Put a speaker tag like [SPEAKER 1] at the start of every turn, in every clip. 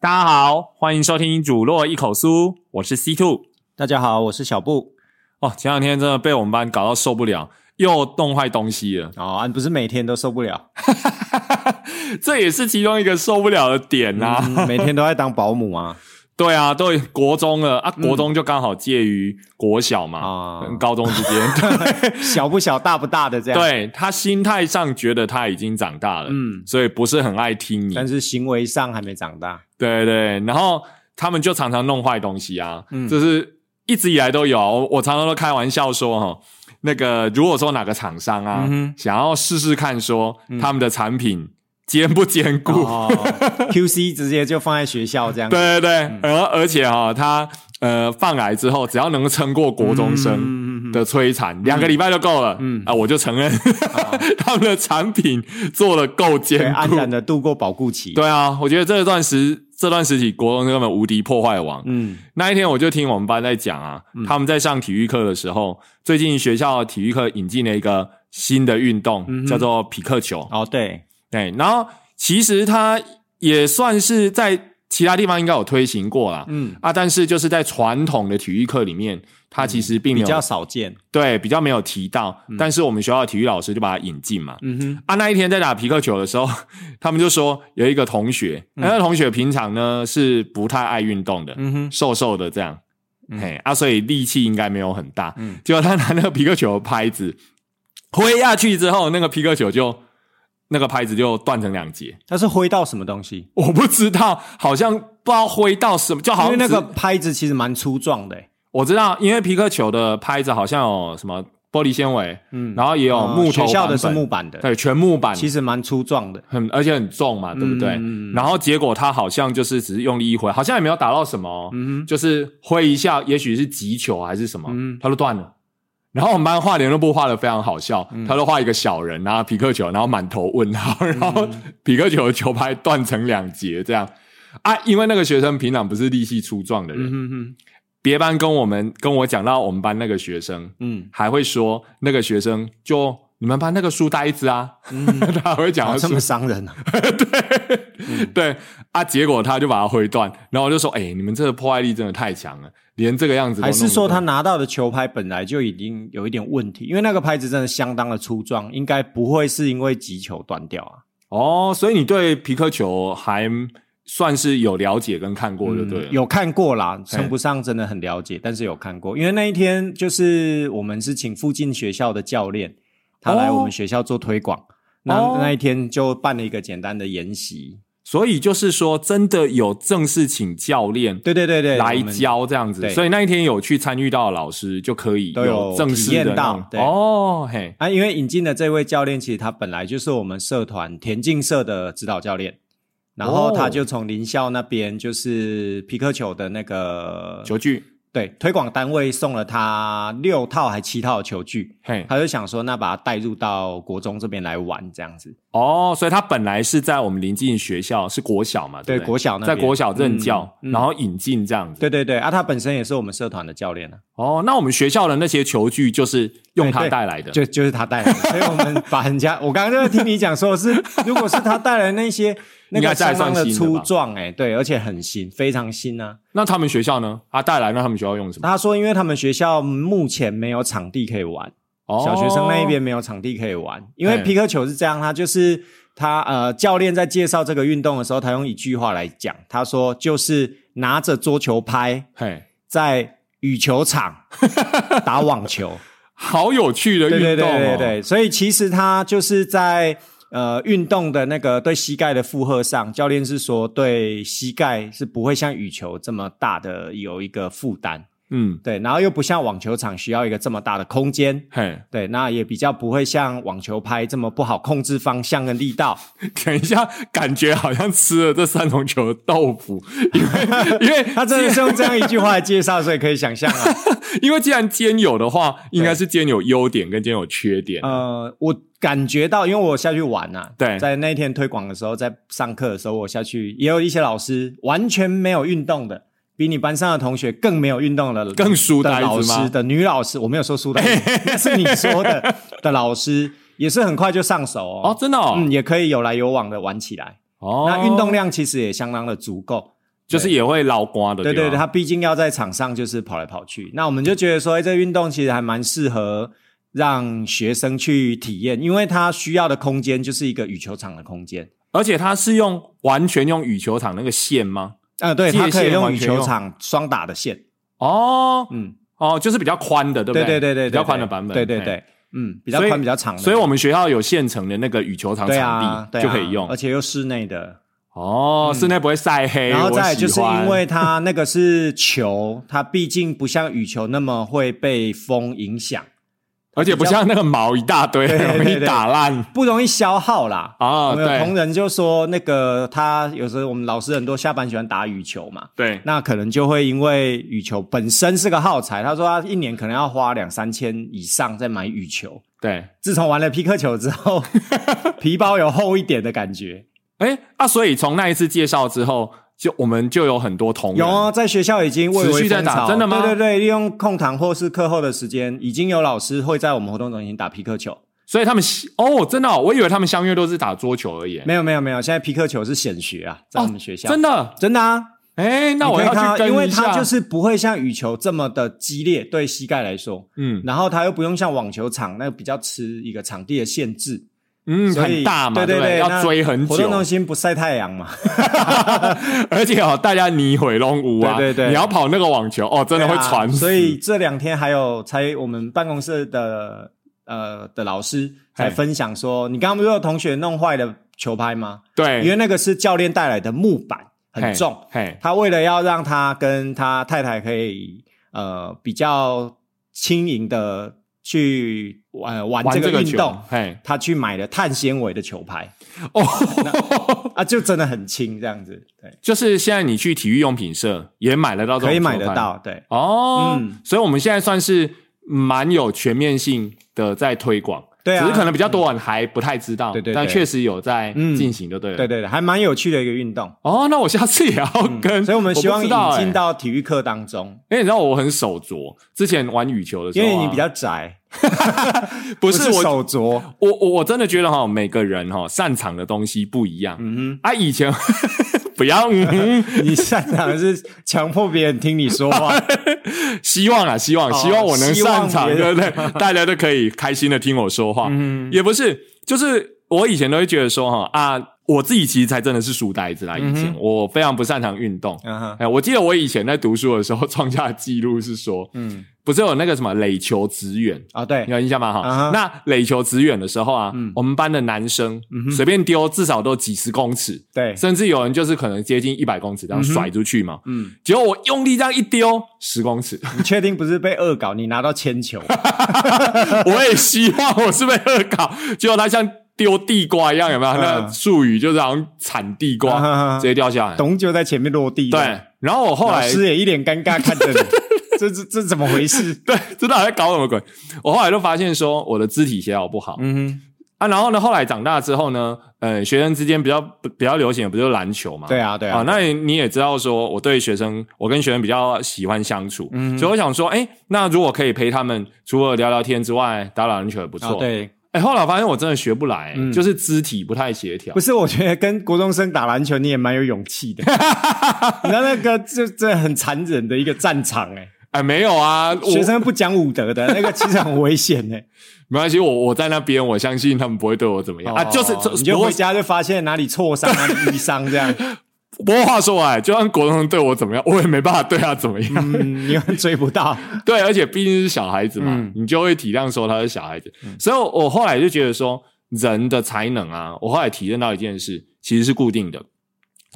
[SPEAKER 1] 大家好，欢迎收听《煮落一口酥》，我是 C Two。
[SPEAKER 2] 大家好，我是小布。
[SPEAKER 1] 哦，前两天真的被我们班搞到受不了，又弄坏东西了。
[SPEAKER 2] 哦，啊你不是每天都受不了，
[SPEAKER 1] 这也是其中一个受不了的点呐、啊。
[SPEAKER 2] 嗯每天都在当保姆 啊？
[SPEAKER 1] 对啊，对，国中了啊，国中就刚好介于国小嘛，
[SPEAKER 2] 嗯啊、
[SPEAKER 1] 跟高中之 间。
[SPEAKER 2] 小不小，大不大的这样。，
[SPEAKER 1] 对他心态上觉得他已经长大了，
[SPEAKER 2] 嗯，
[SPEAKER 1] 所以不是很爱听你。
[SPEAKER 2] 但是行为上还没长大。
[SPEAKER 1] 对对，然后他们就常常弄坏东西啊，
[SPEAKER 2] 嗯
[SPEAKER 1] 就是一直以来都有。我我常常都开玩笑说哈，那个如果说哪个厂商啊，
[SPEAKER 2] 嗯哼嗯
[SPEAKER 1] 想要试试看说他们的产品坚不坚固，
[SPEAKER 2] 哦，QC 直接就放在学校这 样。，
[SPEAKER 1] 对对对，
[SPEAKER 2] 嗯
[SPEAKER 1] 而、而且哈、他呃放来之后，只要能撑过国中生。
[SPEAKER 2] 嗯嗯嗯
[SPEAKER 1] 的摧残两个礼拜就够了，嗯
[SPEAKER 2] 嗯
[SPEAKER 1] 啊，我就承认、 他们的产品做的够
[SPEAKER 2] 对，
[SPEAKER 1] 坚
[SPEAKER 2] 安
[SPEAKER 1] 固，
[SPEAKER 2] 然的度过保固期。，
[SPEAKER 1] 对啊，我觉得这段时这段时期国中生根本无敌破坏王，
[SPEAKER 2] 嗯，
[SPEAKER 1] 那一天我就听我们班在讲啊，他们在上体育课的时候，最近学校体育课引进了一个新的运动，
[SPEAKER 2] 嗯哼
[SPEAKER 1] 叫做匹克球。
[SPEAKER 2] 哦，对，
[SPEAKER 1] 对，然后其实它也算是在其他地方应该有推行过啦。
[SPEAKER 2] 嗯，
[SPEAKER 1] 啊，但是就是在传统的体育课里面，它其实并没
[SPEAKER 2] 嗯比
[SPEAKER 1] 有、
[SPEAKER 2] 较少见。
[SPEAKER 1] 对比较没有提到，但是我们学校的体育老师就把它引进嘛。
[SPEAKER 2] 嗯哼，
[SPEAKER 1] 啊，那一天在打皮克球的时候， 他们就说有一个同学，那个同学平常呢是不太爱运动的，
[SPEAKER 2] 嗯哼，
[SPEAKER 1] 瘦瘦的这样，嘿啊，所以力气应该没有很大。
[SPEAKER 2] 嗯
[SPEAKER 1] 结果他拿那个皮克球的拍子挥下去之后，那个皮克球就那个拍子就断成两截。
[SPEAKER 2] 它是挥到什么东西？
[SPEAKER 1] 我不知道，好像不知道挥到什么，就好像
[SPEAKER 2] 因为那个
[SPEAKER 1] 只
[SPEAKER 2] 拍子其实蛮粗壮的欸。
[SPEAKER 1] 我知道，因为皮克球的拍子好像有什么玻璃纤维，
[SPEAKER 2] 嗯
[SPEAKER 1] 然后也有
[SPEAKER 2] 哦
[SPEAKER 1] 木头、
[SPEAKER 2] 学校的是木，板的，
[SPEAKER 1] 对，全木板，
[SPEAKER 2] 其实蛮粗壮的。
[SPEAKER 1] 很而且很重嘛，对不对？
[SPEAKER 2] 嗯
[SPEAKER 1] 然后结果他好像就是只是用力一挥，好像也没有打到什么哦、就是挥一下，也许是急球还是什么，
[SPEAKER 2] 嗯
[SPEAKER 1] 他就断了。然后我们班画联络部画的非常好笑，
[SPEAKER 2] 嗯
[SPEAKER 1] 他就画一个小人拿皮克球，然后满头问号，然后
[SPEAKER 2] 嗯
[SPEAKER 1] 皮克球的球拍断成两截这样啊！因为那个学生平常不是力气粗壮的人，
[SPEAKER 2] 嗯哼
[SPEAKER 1] 别班跟我们跟我讲到我们班那个学生，
[SPEAKER 2] 嗯
[SPEAKER 1] 还会说那个学生就你们班那个书呆子啊， 他还会讲
[SPEAKER 2] 哼，
[SPEAKER 1] 他
[SPEAKER 2] 哦这
[SPEAKER 1] 书
[SPEAKER 2] 么伤人啊！
[SPEAKER 1] 对啊，结果他就把它挥断，然后我就说：“哎、你们这个破坏力真的太强了，连这个样子都
[SPEAKER 2] 还
[SPEAKER 1] 弄
[SPEAKER 2] 是
[SPEAKER 1] 得
[SPEAKER 2] 说
[SPEAKER 1] 断
[SPEAKER 2] 他拿到的球拍本来就已经有一点问题，因为那个拍子真的相当的粗壮，应该不会是因为击球断掉啊。
[SPEAKER 1] 哦？所以你对皮克球还算是有了解跟看过，
[SPEAKER 2] 啊
[SPEAKER 1] 就对了、
[SPEAKER 2] 嗯有看过啦，称不上真的很了解，但是有看过。因为那一天就是我们是请附近学校的教练，他来
[SPEAKER 1] 哦
[SPEAKER 2] 我们学校做推广，那、
[SPEAKER 1] 哦
[SPEAKER 2] 那一天就办了一个简单的研习。
[SPEAKER 1] 所以就是说真的有正式请教练
[SPEAKER 2] 对对对对，
[SPEAKER 1] 来
[SPEAKER 2] 我们
[SPEAKER 1] 教这样子，
[SPEAKER 2] 对
[SPEAKER 1] 所以那一天有去参与到的老师就可以
[SPEAKER 2] 都有
[SPEAKER 1] 正式的
[SPEAKER 2] 体验
[SPEAKER 1] 那
[SPEAKER 2] 到
[SPEAKER 1] 种
[SPEAKER 2] 对
[SPEAKER 1] 哦，嘿，
[SPEAKER 2] 啊，因为引进的这位教练，其实他本来就是我们社团田径社的指导教练，然
[SPEAKER 1] 哦
[SPEAKER 2] 后他就从林校那边就是皮克球的那个
[SPEAKER 1] 球具，
[SPEAKER 2] 对推广单位送了他六套还七套的球具，
[SPEAKER 1] 嘿，
[SPEAKER 2] 他就想说那把它带入到国中这边来玩这样子，
[SPEAKER 1] 哦，所以他本来是在我们临近学校是国小嘛，对
[SPEAKER 2] 对
[SPEAKER 1] 不对
[SPEAKER 2] 国小那
[SPEAKER 1] 在
[SPEAKER 2] 边
[SPEAKER 1] 国小任教，
[SPEAKER 2] 嗯嗯
[SPEAKER 1] 然后引进这样子，
[SPEAKER 2] 对对对，啊，他本身也是我们社团的教练啊，
[SPEAKER 1] 哦，那我们学校的那些球具就是用它
[SPEAKER 2] 哎对对
[SPEAKER 1] 带来的，
[SPEAKER 2] 就就是他带来的，所以我们把人家， 我刚刚就在听你讲说是，如果是他带来那些那
[SPEAKER 1] 应该
[SPEAKER 2] 个
[SPEAKER 1] 是还
[SPEAKER 2] 相
[SPEAKER 1] 算
[SPEAKER 2] 当的
[SPEAKER 1] 新的
[SPEAKER 2] 粗
[SPEAKER 1] 吧
[SPEAKER 2] 壮，哎，对，而且很新，非常新啊。
[SPEAKER 1] 那他们学校呢？啊，带来那他们学校用什么？
[SPEAKER 2] 他说，因为他们学校目前没有场地可以玩，
[SPEAKER 1] 哦
[SPEAKER 2] 小学生那一边没有场地可以玩，因为
[SPEAKER 1] 嘿
[SPEAKER 2] 皮克球是这样，他就是他呃，教练在介绍这个运动的时候，他用一句话来讲，他说就是拿着桌球拍
[SPEAKER 1] 嘿，
[SPEAKER 2] 在羽 球场打网球，
[SPEAKER 1] 好有趣的
[SPEAKER 2] 对对
[SPEAKER 1] 运
[SPEAKER 2] 对
[SPEAKER 1] 动、哦，
[SPEAKER 2] 对对，所以其实他就是在。呃，运动的那个对膝盖的负荷上，教练是说对膝盖是不会像羽球这么大的有一个负担。
[SPEAKER 1] 嗯，
[SPEAKER 2] 对，然后又不像网球场需要一个这么大的空间，
[SPEAKER 1] 嘿，
[SPEAKER 2] 对，那也比较不会像网球拍这么不好控制方向跟力道。
[SPEAKER 1] 等一下，感觉好像吃了这三种球的豆腐，因为因为
[SPEAKER 2] 他真的是用这样一句话来介绍，所以可以想 象啊，
[SPEAKER 1] 因为既然兼有的话，应该是兼有优点跟兼有缺点，
[SPEAKER 2] 呃，我感觉到，因为我下去玩啊，
[SPEAKER 1] 对
[SPEAKER 2] 在那一天推广的时候，在上课的时候，我下去也有一些老师完全没有运动的，比你班上的同学更没有运动的，
[SPEAKER 1] 更书呆
[SPEAKER 2] 的
[SPEAKER 1] 子吗
[SPEAKER 2] 老师的女老师，我没有说书呆子， 那是你说的的老师，也是很快就上手
[SPEAKER 1] 哦，
[SPEAKER 2] 哦，
[SPEAKER 1] 真的哦，
[SPEAKER 2] 嗯，也可以有来有往的玩起来。
[SPEAKER 1] 哦
[SPEAKER 2] 那运动量其实也相当的足够。
[SPEAKER 1] 就是也会捞瓜的，
[SPEAKER 2] 对对
[SPEAKER 1] 对啊
[SPEAKER 2] 对，
[SPEAKER 1] 吧
[SPEAKER 2] 他毕竟要在场上就是跑来跑去，那我们就觉得说，哎，这运动其实还蛮适合让学生去体验，因为他需要的空间就是一个羽球场的空间。
[SPEAKER 1] 而且他是用完全用羽球场那个线吗？
[SPEAKER 2] 啊、对，
[SPEAKER 1] 界
[SPEAKER 2] 他可以
[SPEAKER 1] 限
[SPEAKER 2] 用
[SPEAKER 1] 完
[SPEAKER 2] 羽
[SPEAKER 1] 全
[SPEAKER 2] 球
[SPEAKER 1] 用
[SPEAKER 2] 场双打的线，
[SPEAKER 1] 哦
[SPEAKER 2] 嗯，
[SPEAKER 1] 哦，就是比较宽的，对不
[SPEAKER 2] 对
[SPEAKER 1] 对
[SPEAKER 2] 对对对，
[SPEAKER 1] 比较
[SPEAKER 2] 对
[SPEAKER 1] 宽的版本，
[SPEAKER 2] 对对
[SPEAKER 1] 嘿。
[SPEAKER 2] 对，嗯，比较
[SPEAKER 1] 所以
[SPEAKER 2] 宽比较长的，
[SPEAKER 1] 所以我们学校有现成的那个羽球场
[SPEAKER 2] 对
[SPEAKER 1] 场
[SPEAKER 2] 啊
[SPEAKER 1] 地
[SPEAKER 2] 对啊
[SPEAKER 1] 就可以用
[SPEAKER 2] 而且又室内的，
[SPEAKER 1] 哦，室内不会晒黑，
[SPEAKER 2] 然后
[SPEAKER 1] 我
[SPEAKER 2] 再来
[SPEAKER 1] 喜
[SPEAKER 2] 就是
[SPEAKER 1] 欢
[SPEAKER 2] 因为它那个是球，它毕竟不像羽球那么会被风影响，
[SPEAKER 1] 而且不像那个毛一大堆，
[SPEAKER 2] 对对
[SPEAKER 1] 容易
[SPEAKER 2] 对
[SPEAKER 1] 打烂
[SPEAKER 2] 不容易消耗啦。
[SPEAKER 1] 啊。
[SPEAKER 2] 我们有同
[SPEAKER 1] 对
[SPEAKER 2] 仁就说，那个他有时候我们老师很多下班喜欢打羽球嘛，
[SPEAKER 1] 对，
[SPEAKER 2] 那可能就会因为羽球本身是个耗材，他说他一年可能要花两三千以上在买羽球。
[SPEAKER 1] 对，
[SPEAKER 2] 自从玩了皮克球之 后，皮包有厚一点的感觉。
[SPEAKER 1] 哎啊，所以从那一次介绍之后，就我们就有很多同
[SPEAKER 2] 有
[SPEAKER 1] 仁
[SPEAKER 2] 哦，在学校已经蔚
[SPEAKER 1] 持续
[SPEAKER 2] 为
[SPEAKER 1] 在
[SPEAKER 2] 风
[SPEAKER 1] 打
[SPEAKER 2] 潮，
[SPEAKER 1] 真的吗
[SPEAKER 2] 对对对，利用空堂或是课后的时间，已经有老师会在我们活动中心打皮克球。
[SPEAKER 1] 所以他们喜哦，真的哦、我以为他们相约都是打桌球而已。
[SPEAKER 2] 没有没有没有，现在皮克球是显学啊，在我们学校、
[SPEAKER 1] 哦真的，
[SPEAKER 2] 真的啊。
[SPEAKER 1] 哎，那我
[SPEAKER 2] 你
[SPEAKER 1] 要
[SPEAKER 2] 可以看
[SPEAKER 1] 去
[SPEAKER 2] 到
[SPEAKER 1] 跟
[SPEAKER 2] 因为
[SPEAKER 1] 一下
[SPEAKER 2] 它就是不会像羽球这么的激烈，对膝盖来说，
[SPEAKER 1] 嗯
[SPEAKER 2] 然后它又不用像网球场那个比较吃一个场地的限制，
[SPEAKER 1] 嗯
[SPEAKER 2] 所以
[SPEAKER 1] 很大嘛，
[SPEAKER 2] 对
[SPEAKER 1] 不
[SPEAKER 2] 对，
[SPEAKER 1] 要
[SPEAKER 2] 那
[SPEAKER 1] 追很
[SPEAKER 2] 活动
[SPEAKER 1] 久
[SPEAKER 2] 中，心不晒太阳嘛，
[SPEAKER 1] 而且哦，大家你毁龙舞啊，
[SPEAKER 2] 对对对
[SPEAKER 1] 你要跑那个网球 哦，真的会
[SPEAKER 2] 对啊
[SPEAKER 1] 传死，
[SPEAKER 2] 所以这两天还有才我们办公室的呃的老师才
[SPEAKER 1] 嘿
[SPEAKER 2] 分享说，你刚刚不是有同学弄坏了球拍吗？因
[SPEAKER 1] 对
[SPEAKER 2] 为那个是教练带来的木板，很重，，
[SPEAKER 1] 嘿嘿，
[SPEAKER 2] 他为了要让他跟他太太可以呃比较轻盈的去呃玩
[SPEAKER 1] 玩
[SPEAKER 2] 这
[SPEAKER 1] 这
[SPEAKER 2] 个
[SPEAKER 1] 个
[SPEAKER 2] 运
[SPEAKER 1] 球
[SPEAKER 2] 动，
[SPEAKER 1] 嘿，
[SPEAKER 2] 他去买了碳纤维的球拍
[SPEAKER 1] 哦，
[SPEAKER 2] 啊，就真的很轻，这样子对，
[SPEAKER 1] 就是现在你去体育用品社也买得到这种
[SPEAKER 2] 可以买得
[SPEAKER 1] 球拍
[SPEAKER 2] 到，对，
[SPEAKER 1] 哦，
[SPEAKER 2] 嗯
[SPEAKER 1] 所以我们现在算是蛮有全面性的在推广，
[SPEAKER 2] 对啊
[SPEAKER 1] 只是可能比较多人还不太知道，
[SPEAKER 2] 对对对
[SPEAKER 1] 但确实有在
[SPEAKER 2] 嗯
[SPEAKER 1] 进行，就对了，
[SPEAKER 2] 对对对，还蛮有趣的一个运动。
[SPEAKER 1] 哦， 那我下次也要跟，
[SPEAKER 2] 所以我们希望
[SPEAKER 1] 不知道
[SPEAKER 2] 引进
[SPEAKER 1] 欸。
[SPEAKER 2] 到体育课当中，
[SPEAKER 1] 因为你知道我很手拙，之前玩羽球的时
[SPEAKER 2] 因
[SPEAKER 1] 候啊、
[SPEAKER 2] 为你比较宅，
[SPEAKER 1] 不
[SPEAKER 2] 不
[SPEAKER 1] 是我
[SPEAKER 2] 手镯，
[SPEAKER 1] 我我我真的觉得哈，每个人哈擅长的东西不一样。
[SPEAKER 2] 嗯
[SPEAKER 1] 啊，以前 不要、嗯
[SPEAKER 2] 哼，你擅长的是强迫别人听你说 话，
[SPEAKER 1] 哼，希望啊，希望，
[SPEAKER 2] 哦
[SPEAKER 1] 希望我能
[SPEAKER 2] 希望
[SPEAKER 1] 擅长，
[SPEAKER 2] 别
[SPEAKER 1] 对
[SPEAKER 2] 人
[SPEAKER 1] 不对？大家都可以开心的听我说话。
[SPEAKER 2] 嗯，
[SPEAKER 1] 也不是，就是我以前都会觉得说哈啊，我自己其实才真的是书呆子啦。以前、
[SPEAKER 2] 嗯哼
[SPEAKER 1] 我非常不擅长运动。
[SPEAKER 2] 嗯哼，
[SPEAKER 1] 哎，我记得我以前在读书的时候创下的记录是说，
[SPEAKER 2] 嗯，
[SPEAKER 1] 不是有那个什么垒球直远，
[SPEAKER 2] 哦对
[SPEAKER 1] 你，有印象吗？哈、
[SPEAKER 2] 啊哈
[SPEAKER 1] 那垒球直远的时候啊，
[SPEAKER 2] 嗯
[SPEAKER 1] 我们班的男生随便丢至少都几十公尺，
[SPEAKER 2] 对，
[SPEAKER 1] 甚至有人就是可能接近一百公尺这样甩出去嘛。
[SPEAKER 2] 嗯，
[SPEAKER 1] 结果我用力这样一丢，十公 尺，
[SPEAKER 2] 你确定不是被恶搞？你拿到铅球，
[SPEAKER 1] 我也希望我是被恶搞，结果他像丢地瓜一样，有没有？
[SPEAKER 2] 嗯
[SPEAKER 1] 那术语就是好像铲地
[SPEAKER 2] 啊哈
[SPEAKER 1] 瓜，
[SPEAKER 2] 哈
[SPEAKER 1] 直接掉 下来。
[SPEAKER 2] 董就在前面落地，
[SPEAKER 1] 对，，然后我后
[SPEAKER 2] 老
[SPEAKER 1] 来
[SPEAKER 2] 师也一脸尴尬看着你，这这这怎么回事？
[SPEAKER 1] 对，知道在搞什么鬼。我后来就发现说，我的肢体协调不好
[SPEAKER 2] 嗯
[SPEAKER 1] 啊。然后呢，后来长大之后呢，呃，学生之间比较比较流行的不就是篮球嘛？
[SPEAKER 2] 哼，对啊对啊，
[SPEAKER 1] 哦那你你也知道说，我对学生，我跟学生比较喜欢相处，
[SPEAKER 2] 嗯
[SPEAKER 1] 所以我想说，哎、那如果可以陪他们，除了聊聊天之外，打打篮球也不错。
[SPEAKER 2] 哦对，
[SPEAKER 1] 哎、后来我发现我真的学不来、
[SPEAKER 2] 嗯
[SPEAKER 1] 就是肢体不太协调
[SPEAKER 2] 不。是，我觉得跟国中生打篮球你也蛮有勇 气的，你知道那个这这很残忍的一个战场哎。
[SPEAKER 1] 哎、没有啊，我
[SPEAKER 2] 学生不讲武德的那个其实很危险欸呢、
[SPEAKER 1] 没关系，我我在那边，我相信他们不会对我怎么 样、啊。就是
[SPEAKER 2] 哦
[SPEAKER 1] 这，
[SPEAKER 2] 你就
[SPEAKER 1] 不过
[SPEAKER 2] 回家就发现哪里挫伤、啊哪里瘀伤这 样，
[SPEAKER 1] 不过话说回来，就算国中对我怎么样，我也没办法对他怎么样。
[SPEAKER 2] 嗯，你又追不到，
[SPEAKER 1] 对，而且毕竟是小孩子嘛，
[SPEAKER 2] 嗯
[SPEAKER 1] 你就会体谅说他是小孩子。所以我，我后来就觉得说，人的才能啊，我后来体验到一件事，其实是固定的，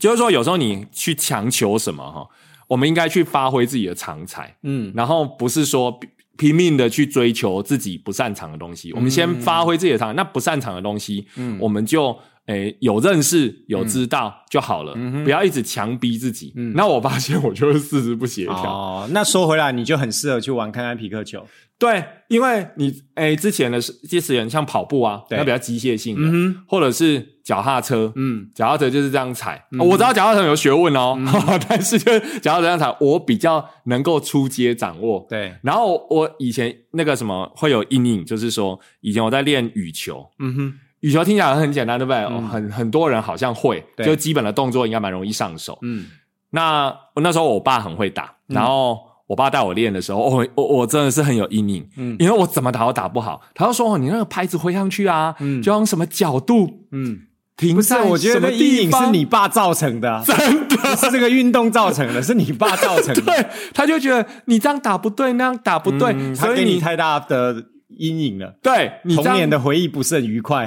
[SPEAKER 1] 就是说有时候你去强求什么哈，我们应该去发挥自己的长才，
[SPEAKER 2] 嗯，
[SPEAKER 1] 然后不是说拼拼命的去追求自己不擅长的东西。我们先发挥自己的长，那不擅长的东西，我们就诶、有认识有知道就好了，
[SPEAKER 2] 嗯嗯哼
[SPEAKER 1] 不要一直强逼自己。
[SPEAKER 2] 嗯
[SPEAKER 1] 那我发现我就是四肢不协调，
[SPEAKER 2] 哦，那说回来，你就很适合去玩看看皮克球。
[SPEAKER 1] 对，因为你诶、之前的接实人像跑步啊，
[SPEAKER 2] 对
[SPEAKER 1] 那比较机械性的，
[SPEAKER 2] 嗯哼，
[SPEAKER 1] 或者是脚踏车，
[SPEAKER 2] 嗯，
[SPEAKER 1] 脚踏车就是这样踩。哦我知道脚踏车有学问哦， 但是就是脚踏车这样踩，我比较能够出街掌握。
[SPEAKER 2] 对，
[SPEAKER 1] 然后我我以前那个什么会有阴影，就是说以前我在练羽球，
[SPEAKER 2] 嗯哼，
[SPEAKER 1] 羽球听起来很简单，对不对？
[SPEAKER 2] 嗯
[SPEAKER 1] 哦很很多人好像会，
[SPEAKER 2] 对
[SPEAKER 1] 就基本的动作应该蛮容易上手。
[SPEAKER 2] 嗯，
[SPEAKER 1] 那我那时候我爸很会打，然后我爸带我练的时候，哦、我我真的是很有阴影，
[SPEAKER 2] 嗯
[SPEAKER 1] 因为我怎么打都打不好。他就说：“哦，你那个拍子挥上去啊，
[SPEAKER 2] 嗯
[SPEAKER 1] 就用什么角度
[SPEAKER 2] 嗯，
[SPEAKER 1] 停
[SPEAKER 2] 不是，
[SPEAKER 1] 在
[SPEAKER 2] 我觉得
[SPEAKER 1] 什么
[SPEAKER 2] 那阴
[SPEAKER 1] 地
[SPEAKER 2] 影
[SPEAKER 1] 方
[SPEAKER 2] 是你爸造成的啊，
[SPEAKER 1] 真的。”
[SPEAKER 2] 不是这个运动造成的，是你爸造成的。
[SPEAKER 1] 对，他就觉得你这样打不对，那样打不 对，
[SPEAKER 2] 嗯他
[SPEAKER 1] 所以
[SPEAKER 2] 给你
[SPEAKER 1] 你
[SPEAKER 2] 太大的阴影了，
[SPEAKER 1] 对你这
[SPEAKER 2] 童
[SPEAKER 1] 样
[SPEAKER 2] 年的回忆不是很愉快。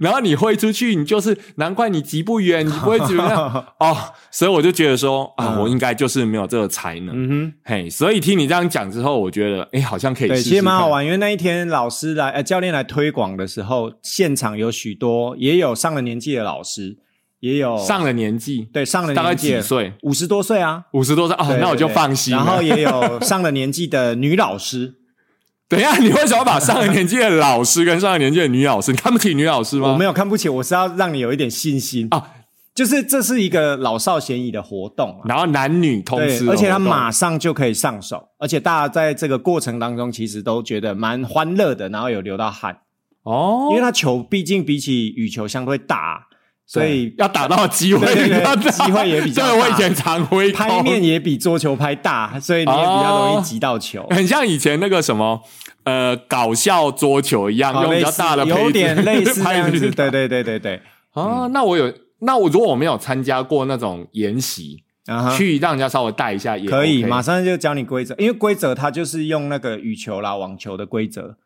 [SPEAKER 1] 然后你挥出去，你就是难怪你极不远，你不会怎么 样哦。所以我就觉得说啊，
[SPEAKER 2] 嗯
[SPEAKER 1] 我应该就是没有这个才能。
[SPEAKER 2] 嗯哼，
[SPEAKER 1] 嘿，所以听你这样讲之后，我觉得哎，好像可以试
[SPEAKER 2] 对，
[SPEAKER 1] 试
[SPEAKER 2] 其实蛮好
[SPEAKER 1] 看。
[SPEAKER 2] 玩，因为那一天老师来，呃，教练来推广的时候，现场有许多也有上了年纪的老师，也有
[SPEAKER 1] 上了年纪，
[SPEAKER 2] 对上了
[SPEAKER 1] 大概
[SPEAKER 2] 年
[SPEAKER 1] 几
[SPEAKER 2] 纪
[SPEAKER 1] 岁？
[SPEAKER 2] 五十多岁啊，
[SPEAKER 1] 五十多岁哦
[SPEAKER 2] 对，
[SPEAKER 1] 那我就
[SPEAKER 2] 对
[SPEAKER 1] 放心了。
[SPEAKER 2] 然后也有上了年纪的女老师，
[SPEAKER 1] 等一下，你为什么要把上了年纪的老师跟上了年纪的女老师，你看不起女老师吗？
[SPEAKER 2] 我没有看不起，我是要让你有一点信心
[SPEAKER 1] 啊，
[SPEAKER 2] 就是这是一个老少咸宜的活动啊。
[SPEAKER 1] 然后男女通
[SPEAKER 2] 对
[SPEAKER 1] 吃，的
[SPEAKER 2] 而且他
[SPEAKER 1] 活动
[SPEAKER 2] 马上就可以上手，而且大家在这个过程当中，其实都觉得蛮欢乐的，然后有流到汗，
[SPEAKER 1] 哦，
[SPEAKER 2] 因为他球毕竟比起羽球相对大，所以
[SPEAKER 1] 对要打到机会
[SPEAKER 2] 对
[SPEAKER 1] 比
[SPEAKER 2] 对
[SPEAKER 1] 较大，
[SPEAKER 2] 对机会也比较大
[SPEAKER 1] 对，我以前常挥空
[SPEAKER 2] 拍面也比桌球拍大，所以你也比较容易击到球。
[SPEAKER 1] 很像以前那个什么呃搞笑桌球一样，
[SPEAKER 2] 好
[SPEAKER 1] 用比
[SPEAKER 2] 哦类
[SPEAKER 1] 较
[SPEAKER 2] 似
[SPEAKER 1] 大的
[SPEAKER 2] 有
[SPEAKER 1] 拍
[SPEAKER 2] 点
[SPEAKER 1] 子
[SPEAKER 2] 类似那
[SPEAKER 1] 拍
[SPEAKER 2] 样
[SPEAKER 1] 子
[SPEAKER 2] 子，对对对对对，
[SPEAKER 1] 啊。那我有，那我如果我没有参加过那种研习，
[SPEAKER 2] 啊哈，
[SPEAKER 1] 去让人家稍微带一下也
[SPEAKER 2] 可以，
[SPEAKER 1] OK
[SPEAKER 2] 马上就教你规则，因为规则它就是用那个羽球啦、网球的规则，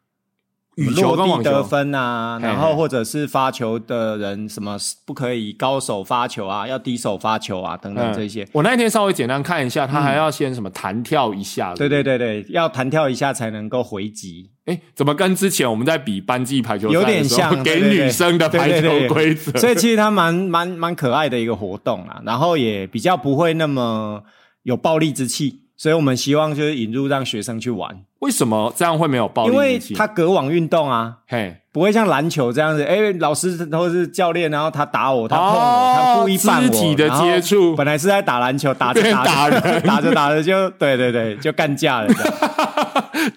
[SPEAKER 1] 羽球跟
[SPEAKER 2] 落地
[SPEAKER 1] 网
[SPEAKER 2] 得
[SPEAKER 1] 球
[SPEAKER 2] 分啊，
[SPEAKER 1] 嘿嘿
[SPEAKER 2] 然后或者是发球的人什么不可以高手发球啊，要低手发球啊等等这些。
[SPEAKER 1] 嗯我那天稍微简单看一下，他还要先什么弹跳一下。
[SPEAKER 2] 对
[SPEAKER 1] 不
[SPEAKER 2] 对，对对，要弹跳一下才能够 回击，
[SPEAKER 1] 哎，怎么跟之前我们在比班级排球赛
[SPEAKER 2] 有点
[SPEAKER 1] 的时候
[SPEAKER 2] 像
[SPEAKER 1] 给
[SPEAKER 2] 对对对
[SPEAKER 1] 女生的排
[SPEAKER 2] 对对
[SPEAKER 1] 球
[SPEAKER 2] 对
[SPEAKER 1] 规则？
[SPEAKER 2] 所以其实它蛮蛮蛮可爱的一个活动啦，然后也比较不会那么有暴力之气，所以我们希望就是引入让学生去玩，
[SPEAKER 1] 为什么这样会没有暴
[SPEAKER 2] 因为
[SPEAKER 1] 力之气？
[SPEAKER 2] 它隔网运动啊，
[SPEAKER 1] 嘿，
[SPEAKER 2] 不会像篮球这样子，哎、老师或是教练，然后他打我，他碰我，
[SPEAKER 1] 哦
[SPEAKER 2] 他故意绊
[SPEAKER 1] 肢
[SPEAKER 2] 我，
[SPEAKER 1] 体的接触
[SPEAKER 2] 然后本来是在打篮球，打着
[SPEAKER 1] 变
[SPEAKER 2] 打着
[SPEAKER 1] 打人
[SPEAKER 2] 打着打着就，对对对，就干架了 这样。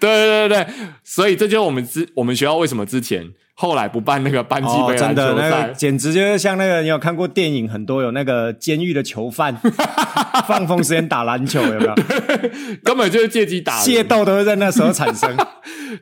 [SPEAKER 1] 对对对对，所以这就是我们之我们学校为什么之前后来不办那个班级
[SPEAKER 2] 哦，
[SPEAKER 1] 杯
[SPEAKER 2] 真
[SPEAKER 1] 篮
[SPEAKER 2] 的，
[SPEAKER 1] 球
[SPEAKER 2] 那
[SPEAKER 1] 赛
[SPEAKER 2] 个，简直就是像那个，你有看过电影，很多有那个监狱的 囚犯放风时间打篮球，有没有？
[SPEAKER 1] 根本就是借机 打
[SPEAKER 2] 械
[SPEAKER 1] 人。
[SPEAKER 2] 斗都是在那时候产生。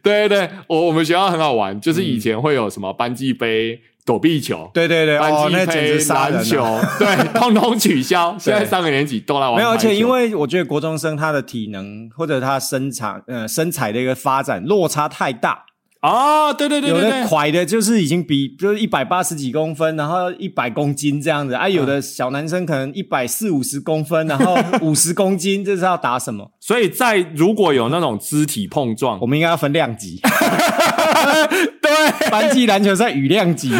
[SPEAKER 1] 对对对，我我们学校很好玩，就是
[SPEAKER 2] 嗯
[SPEAKER 1] 以前会有什么班级杯躲避球。
[SPEAKER 2] 对对对，
[SPEAKER 1] 班
[SPEAKER 2] 哦，
[SPEAKER 1] 级
[SPEAKER 2] 那简
[SPEAKER 1] 杯
[SPEAKER 2] 直杀人
[SPEAKER 1] 篮球
[SPEAKER 2] 啊！，
[SPEAKER 1] 对，通通取 消。现在上个年级都来玩排球。
[SPEAKER 2] 没有，而且因为我觉得国中生他的体能或者他身长呃身材的一个发展落差太大，
[SPEAKER 1] 哦，对对对
[SPEAKER 2] 有
[SPEAKER 1] 对
[SPEAKER 2] 的
[SPEAKER 1] 对，
[SPEAKER 2] 快的就是已经比就是一百八十几公分，然后一百公斤这样子啊，
[SPEAKER 1] 嗯
[SPEAKER 2] 有的小男生可能一百四五十公分，然 后五十公斤，这是要打什么？
[SPEAKER 1] 所以在如果有那种肢体碰 撞
[SPEAKER 2] 我，们应该要分量级，
[SPEAKER 1] 对，
[SPEAKER 2] 班级篮球赛与量级，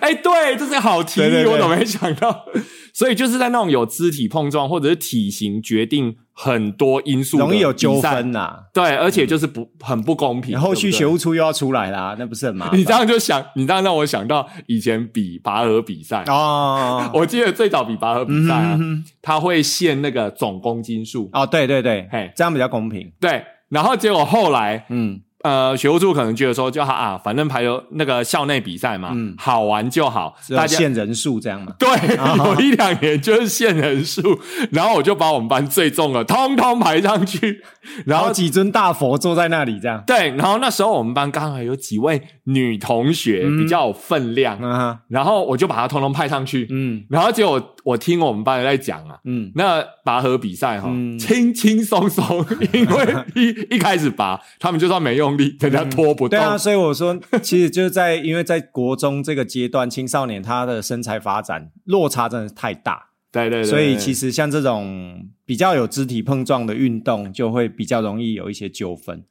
[SPEAKER 1] 哎，对，这是好提议，
[SPEAKER 2] 对对对
[SPEAKER 1] 我怎么没想到？ 所以就是在那种有肢体碰撞或者是体型决定很多因素，
[SPEAKER 2] 容易有纠纷。呐。
[SPEAKER 1] 对，而且就是不、很不公平。
[SPEAKER 2] 后续
[SPEAKER 1] 对不
[SPEAKER 2] 学
[SPEAKER 1] 对
[SPEAKER 2] 务处又要出来啦，那不是很麻 烦
[SPEAKER 1] 你这样就想，你这样让我想到以前比拔河比赛，
[SPEAKER 2] 哦？
[SPEAKER 1] 我记得最早比拔河比赛啊，
[SPEAKER 2] 嗯哼
[SPEAKER 1] 他会限那个总公斤数，
[SPEAKER 2] 哦，对对对
[SPEAKER 1] 嘿，
[SPEAKER 2] 这样比较公平。
[SPEAKER 1] 对，然后结果后来。
[SPEAKER 2] 嗯，
[SPEAKER 1] 呃，学务处可能觉得说，就啊，反正排球那个校内比赛嘛，
[SPEAKER 2] 嗯
[SPEAKER 1] 好玩就好，
[SPEAKER 2] 只
[SPEAKER 1] 大
[SPEAKER 2] 有
[SPEAKER 1] 家
[SPEAKER 2] 限啊人数这样嘛。
[SPEAKER 1] 对，有一两年就是限人数， 然后我就把我们班最重的通通排上去， 然
[SPEAKER 2] 然
[SPEAKER 1] 后
[SPEAKER 2] 后几尊大佛坐在那里这样，
[SPEAKER 1] 对，然后那时候我们班刚好有几位女同学
[SPEAKER 2] 嗯
[SPEAKER 1] 比较有分量，
[SPEAKER 2] 嗯哈，
[SPEAKER 1] 然后我就把她通通派上去，
[SPEAKER 2] 嗯
[SPEAKER 1] 然后结果我我听我们班人在讲啊。
[SPEAKER 2] 嗯，
[SPEAKER 1] 那拔河比赛哈、
[SPEAKER 2] 嗯
[SPEAKER 1] 轻轻松松，因为一 一开始拔，他们就算没用力，人家拖不
[SPEAKER 2] 对
[SPEAKER 1] 动，
[SPEAKER 2] 啊，所以我说， 其实就是在因为在国中这个阶段，青少年他的身材发展落差真的太大，
[SPEAKER 1] 对对对
[SPEAKER 2] 所以其
[SPEAKER 1] 实
[SPEAKER 2] 实像这种比较有肢体碰撞的运动，就会比较容易有一些纠纷。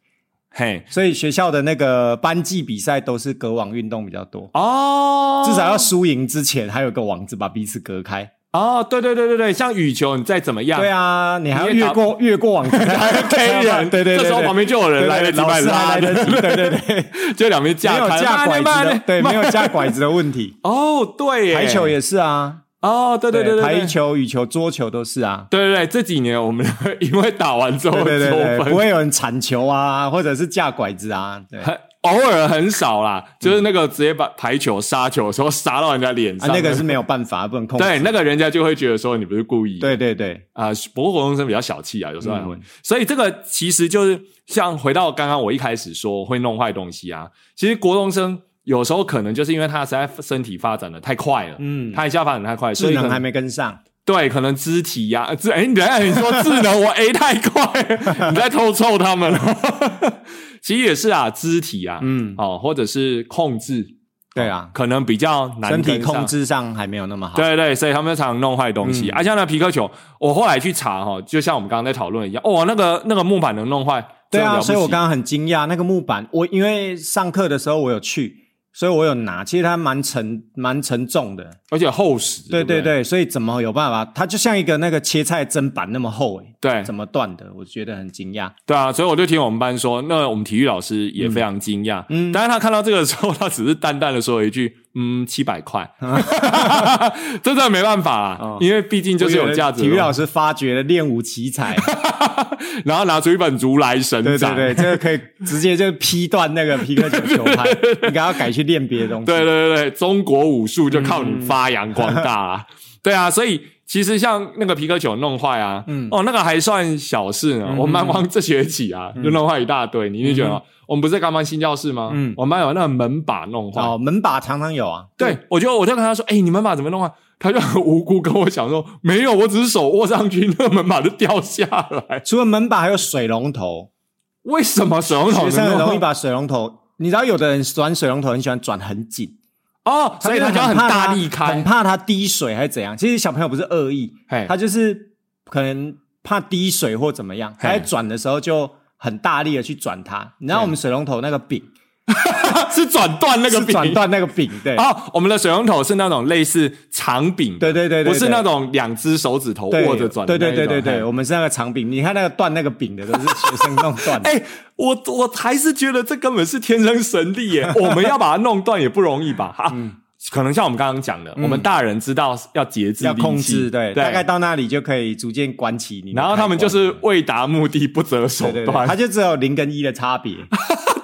[SPEAKER 1] 嘿，
[SPEAKER 2] 所以学校的那个班级比赛都是隔网运动比较多，
[SPEAKER 1] 哦，
[SPEAKER 2] 至少要输赢之前还有个网子把彼此隔开。
[SPEAKER 1] 哦，对对对对对，像羽球，你再怎么样，
[SPEAKER 2] 对啊，你还要
[SPEAKER 1] 你也
[SPEAKER 2] 越
[SPEAKER 1] 打
[SPEAKER 2] 过越过 网子
[SPEAKER 1] 还会 K 人，
[SPEAKER 2] 啊对对对，
[SPEAKER 1] 这时候
[SPEAKER 2] 对
[SPEAKER 1] 旁边就有人
[SPEAKER 2] 对
[SPEAKER 1] 来得及
[SPEAKER 2] 老
[SPEAKER 1] 把你
[SPEAKER 2] 师
[SPEAKER 1] 拉
[SPEAKER 2] 还
[SPEAKER 1] 的
[SPEAKER 2] 来得，及，对对对，
[SPEAKER 1] 就两边
[SPEAKER 2] 没
[SPEAKER 1] 架
[SPEAKER 2] 有
[SPEAKER 1] 开，
[SPEAKER 2] 架
[SPEAKER 1] 慢
[SPEAKER 2] 拐
[SPEAKER 1] 点
[SPEAKER 2] 子的，对，没
[SPEAKER 1] 慢点。
[SPEAKER 2] 有架拐子的问题
[SPEAKER 1] 哦，对耶，
[SPEAKER 2] 排球也是啊，
[SPEAKER 1] 哦，对对对对，对
[SPEAKER 2] 排，球、羽球、桌球都 是啊。
[SPEAKER 1] 对对对，这几年我们 因为打完之后
[SPEAKER 2] 对对对
[SPEAKER 1] 纠
[SPEAKER 2] 对，
[SPEAKER 1] 纷
[SPEAKER 2] 不会有人铲球啊，或者是架拐子啊，对。
[SPEAKER 1] 很偶尔很少啦，就是那个直接把排球杀球的时候杀到人家脸
[SPEAKER 2] 啊，
[SPEAKER 1] 上，
[SPEAKER 2] 那个是没有办法，不能控制。
[SPEAKER 1] 对，那个人家就会觉得说你不是故意的，
[SPEAKER 2] 对对对，
[SPEAKER 1] 啊、不过国中生比较小气啊，有时候还
[SPEAKER 2] 嗯
[SPEAKER 1] 会。所以这个其实就是像回到刚刚我一开始说会弄坏东西啊，其实国中生有时候可能就是因为他实在身体发展的太快了，
[SPEAKER 2] 嗯，
[SPEAKER 1] 他一下发展太快，所
[SPEAKER 2] 智
[SPEAKER 1] 以可
[SPEAKER 2] 能
[SPEAKER 1] 能
[SPEAKER 2] 还没跟上，
[SPEAKER 1] 对，可能肢体呀、智哎，你等一下你说智能，我 A 太快 了，你在偷臭他们了。其实也是啊，肢体啊，
[SPEAKER 2] 嗯，
[SPEAKER 1] 哦，或者是控制，
[SPEAKER 2] 对啊，
[SPEAKER 1] 可能比较嗯难
[SPEAKER 2] 身体
[SPEAKER 1] 跟上
[SPEAKER 2] 控制上还没有那么好。，
[SPEAKER 1] 对对，所以他们常弄坏东西。
[SPEAKER 2] 嗯
[SPEAKER 1] 啊，像那皮克球，我后来去查哈、就像我们刚刚在讨论一样，哦，那个那个木板能弄坏，真
[SPEAKER 2] 对
[SPEAKER 1] 的了
[SPEAKER 2] 啊，
[SPEAKER 1] 不起
[SPEAKER 2] 所以我刚刚很惊讶，那个木板，我因为上课的时候我有去，所以我有拿，其实它蛮沉蛮沉重的，
[SPEAKER 1] 而且厚实，
[SPEAKER 2] 对
[SPEAKER 1] 对
[SPEAKER 2] 对
[SPEAKER 1] 不对
[SPEAKER 2] 对，所以怎么有办法？它就像一个那个切菜砧板那么厚诶，
[SPEAKER 1] 对
[SPEAKER 2] 怎么断的？我觉得很惊讶。
[SPEAKER 1] 对啊，所以我就听我们班说，那我们体育老师也非常惊讶，嗯，但是他看到这个的时候，他只是淡淡的说了一句，嗯，七百 块， 这真的没办法啦，因为毕竟就是有价值的
[SPEAKER 2] 哦我以为体育老
[SPEAKER 1] 东
[SPEAKER 2] 师发掘了练武奇 才，
[SPEAKER 1] 西，然后拿出一本《如来神掌
[SPEAKER 2] 对》对对，这个可以直接就劈断那个皮克球球 拍，应该要改去练别的东西。
[SPEAKER 1] 对对对对，中国武术就靠你发扬光大啦。
[SPEAKER 2] 嗯
[SPEAKER 1] 对啊，所以其实像那个皮克球弄坏啊，嗯，哦，那个还算小事呢。
[SPEAKER 2] 嗯
[SPEAKER 1] 我们班光这学期啊，就弄坏一大堆。你一定觉得吗？我们不是刚搬新教室吗？嗯
[SPEAKER 2] 嗯，
[SPEAKER 1] 我们班有那个门把弄坏。
[SPEAKER 2] 哦，门把常常有啊，
[SPEAKER 1] 对，我就我就跟他说，哎、你门把怎么弄坏？他就很无辜跟我讲说，没有，我只是手握上去，那个门把就掉下来。
[SPEAKER 2] 除了门把，还有水龙头。
[SPEAKER 1] 为什么水龙头
[SPEAKER 2] 学
[SPEAKER 1] 能
[SPEAKER 2] 生很
[SPEAKER 1] 弄
[SPEAKER 2] 容易
[SPEAKER 1] 坏
[SPEAKER 2] 把水龙头，你知道有的人转水龙头很喜欢转很紧，
[SPEAKER 1] 哦，所以
[SPEAKER 2] 他
[SPEAKER 1] 他
[SPEAKER 2] 们
[SPEAKER 1] 就要很
[SPEAKER 2] 怕
[SPEAKER 1] 大
[SPEAKER 2] 它
[SPEAKER 1] 力
[SPEAKER 2] 很
[SPEAKER 1] 开，
[SPEAKER 2] 怕它滴水还是怎样。其实小朋友不是恶意，
[SPEAKER 1] 嘿
[SPEAKER 2] 他就是可能怕滴水或怎么样，
[SPEAKER 1] 嘿
[SPEAKER 2] 他在转的时候就很大力的去转它。你知道我们水龙头那个柄，
[SPEAKER 1] 是转断那个
[SPEAKER 2] 是
[SPEAKER 1] 柄
[SPEAKER 2] 转断那个柄，对，
[SPEAKER 1] 哦，我们的水龙头是那种类似长柄的，
[SPEAKER 2] 对对对对对
[SPEAKER 1] 不是那种两只手指头
[SPEAKER 2] 对
[SPEAKER 1] 握着转的
[SPEAKER 2] 对
[SPEAKER 1] 那
[SPEAKER 2] 对
[SPEAKER 1] 一种。
[SPEAKER 2] 对对对，
[SPEAKER 1] 嘿。
[SPEAKER 2] 我们是那个长柄。你看那个断那个柄的都是 学生弄断的，
[SPEAKER 1] 哎、我我还是觉得这根本是天生神力 耶！我们要把它弄断也不容易吧？啊，
[SPEAKER 2] 嗯
[SPEAKER 1] 可能像我们刚刚讲的，我们大人知道要节制、
[SPEAKER 2] 要控
[SPEAKER 1] 力气
[SPEAKER 2] 制，对，大概
[SPEAKER 1] 对。
[SPEAKER 2] 到那里就可以逐渐关起你的开关。
[SPEAKER 1] 然后他们就是为达目的不择手段，
[SPEAKER 2] 对对对，他就只有零跟一的差别。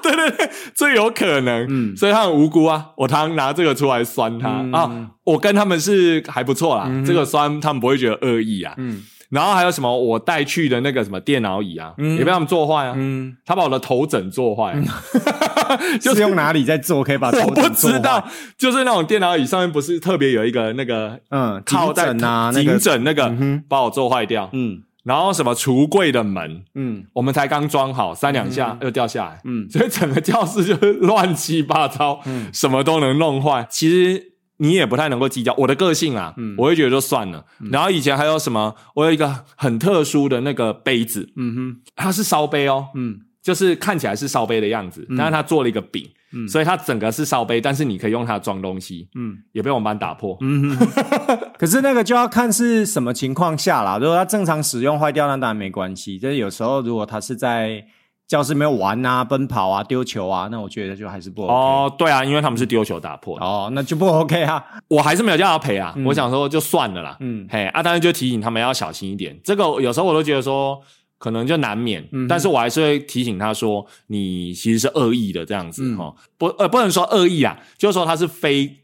[SPEAKER 1] 对对对，最有可能，嗯，所以他很无辜啊。我常拿这个出来酸他、
[SPEAKER 2] 嗯
[SPEAKER 1] 啊，我跟他们是还不错啦，这个酸他们不会觉得恶意啊，嗯。然后还有什么我带去的那个什么电脑椅啊，也被他们做坏啊，
[SPEAKER 2] 嗯，
[SPEAKER 1] 他把我的头枕做坏，啊
[SPEAKER 2] 就是用哪里在做，可以把头
[SPEAKER 1] 我不
[SPEAKER 2] 枕做
[SPEAKER 1] 知
[SPEAKER 2] 坏
[SPEAKER 1] 道。，就是那种电脑椅上面不是特别有一个那个
[SPEAKER 2] 嗯，
[SPEAKER 1] 靠
[SPEAKER 2] 颈
[SPEAKER 1] 在
[SPEAKER 2] 枕啊，那
[SPEAKER 1] 颈
[SPEAKER 2] 个，
[SPEAKER 1] 枕那个
[SPEAKER 2] 哼
[SPEAKER 1] 把我做坏掉，
[SPEAKER 2] 嗯
[SPEAKER 1] 然后什么橱柜的门，
[SPEAKER 2] 嗯，
[SPEAKER 1] 我们才刚装好，三两下又掉下来，
[SPEAKER 2] 嗯
[SPEAKER 1] 所以整个教室就是乱七八糟，什么都能弄坏。其实你也不太能够计较，我的个性啊，
[SPEAKER 2] 嗯
[SPEAKER 1] 我会觉得就算了。然后以前还有什么，我有一个很特殊的那个杯子，
[SPEAKER 2] 嗯哼，
[SPEAKER 1] 它是烧杯哦，
[SPEAKER 2] 嗯
[SPEAKER 1] 就是看起来是烧杯的样子，但是它做了一个饼，所以它整个是烧杯，但是你可以用它装东西，
[SPEAKER 2] 嗯
[SPEAKER 1] 也被我们班打破。
[SPEAKER 2] 嗯哼。可是那个就要看是什么情况下啦。如果它正常使用坏掉，那当然没关系。但是有时候如果它是在教室里面玩啊、奔跑啊、丢球啊，那我觉得就还是不 OK。哦
[SPEAKER 1] 哦，对啊，因为他们是丢球打破的，
[SPEAKER 2] 那就不 OK 啊。
[SPEAKER 1] 我还是没有叫他赔啊。我想说就算了啦，
[SPEAKER 2] 嗯
[SPEAKER 1] 嘿啊，当然就提醒他们要小心一点。这个有时候我都觉得说，可能就难免，
[SPEAKER 2] 嗯哼
[SPEAKER 1] 但是我还是会提醒他说，你其实是恶意的这样子
[SPEAKER 2] 嗯
[SPEAKER 1] 哈、不呃不能说恶意啊，就是说他是非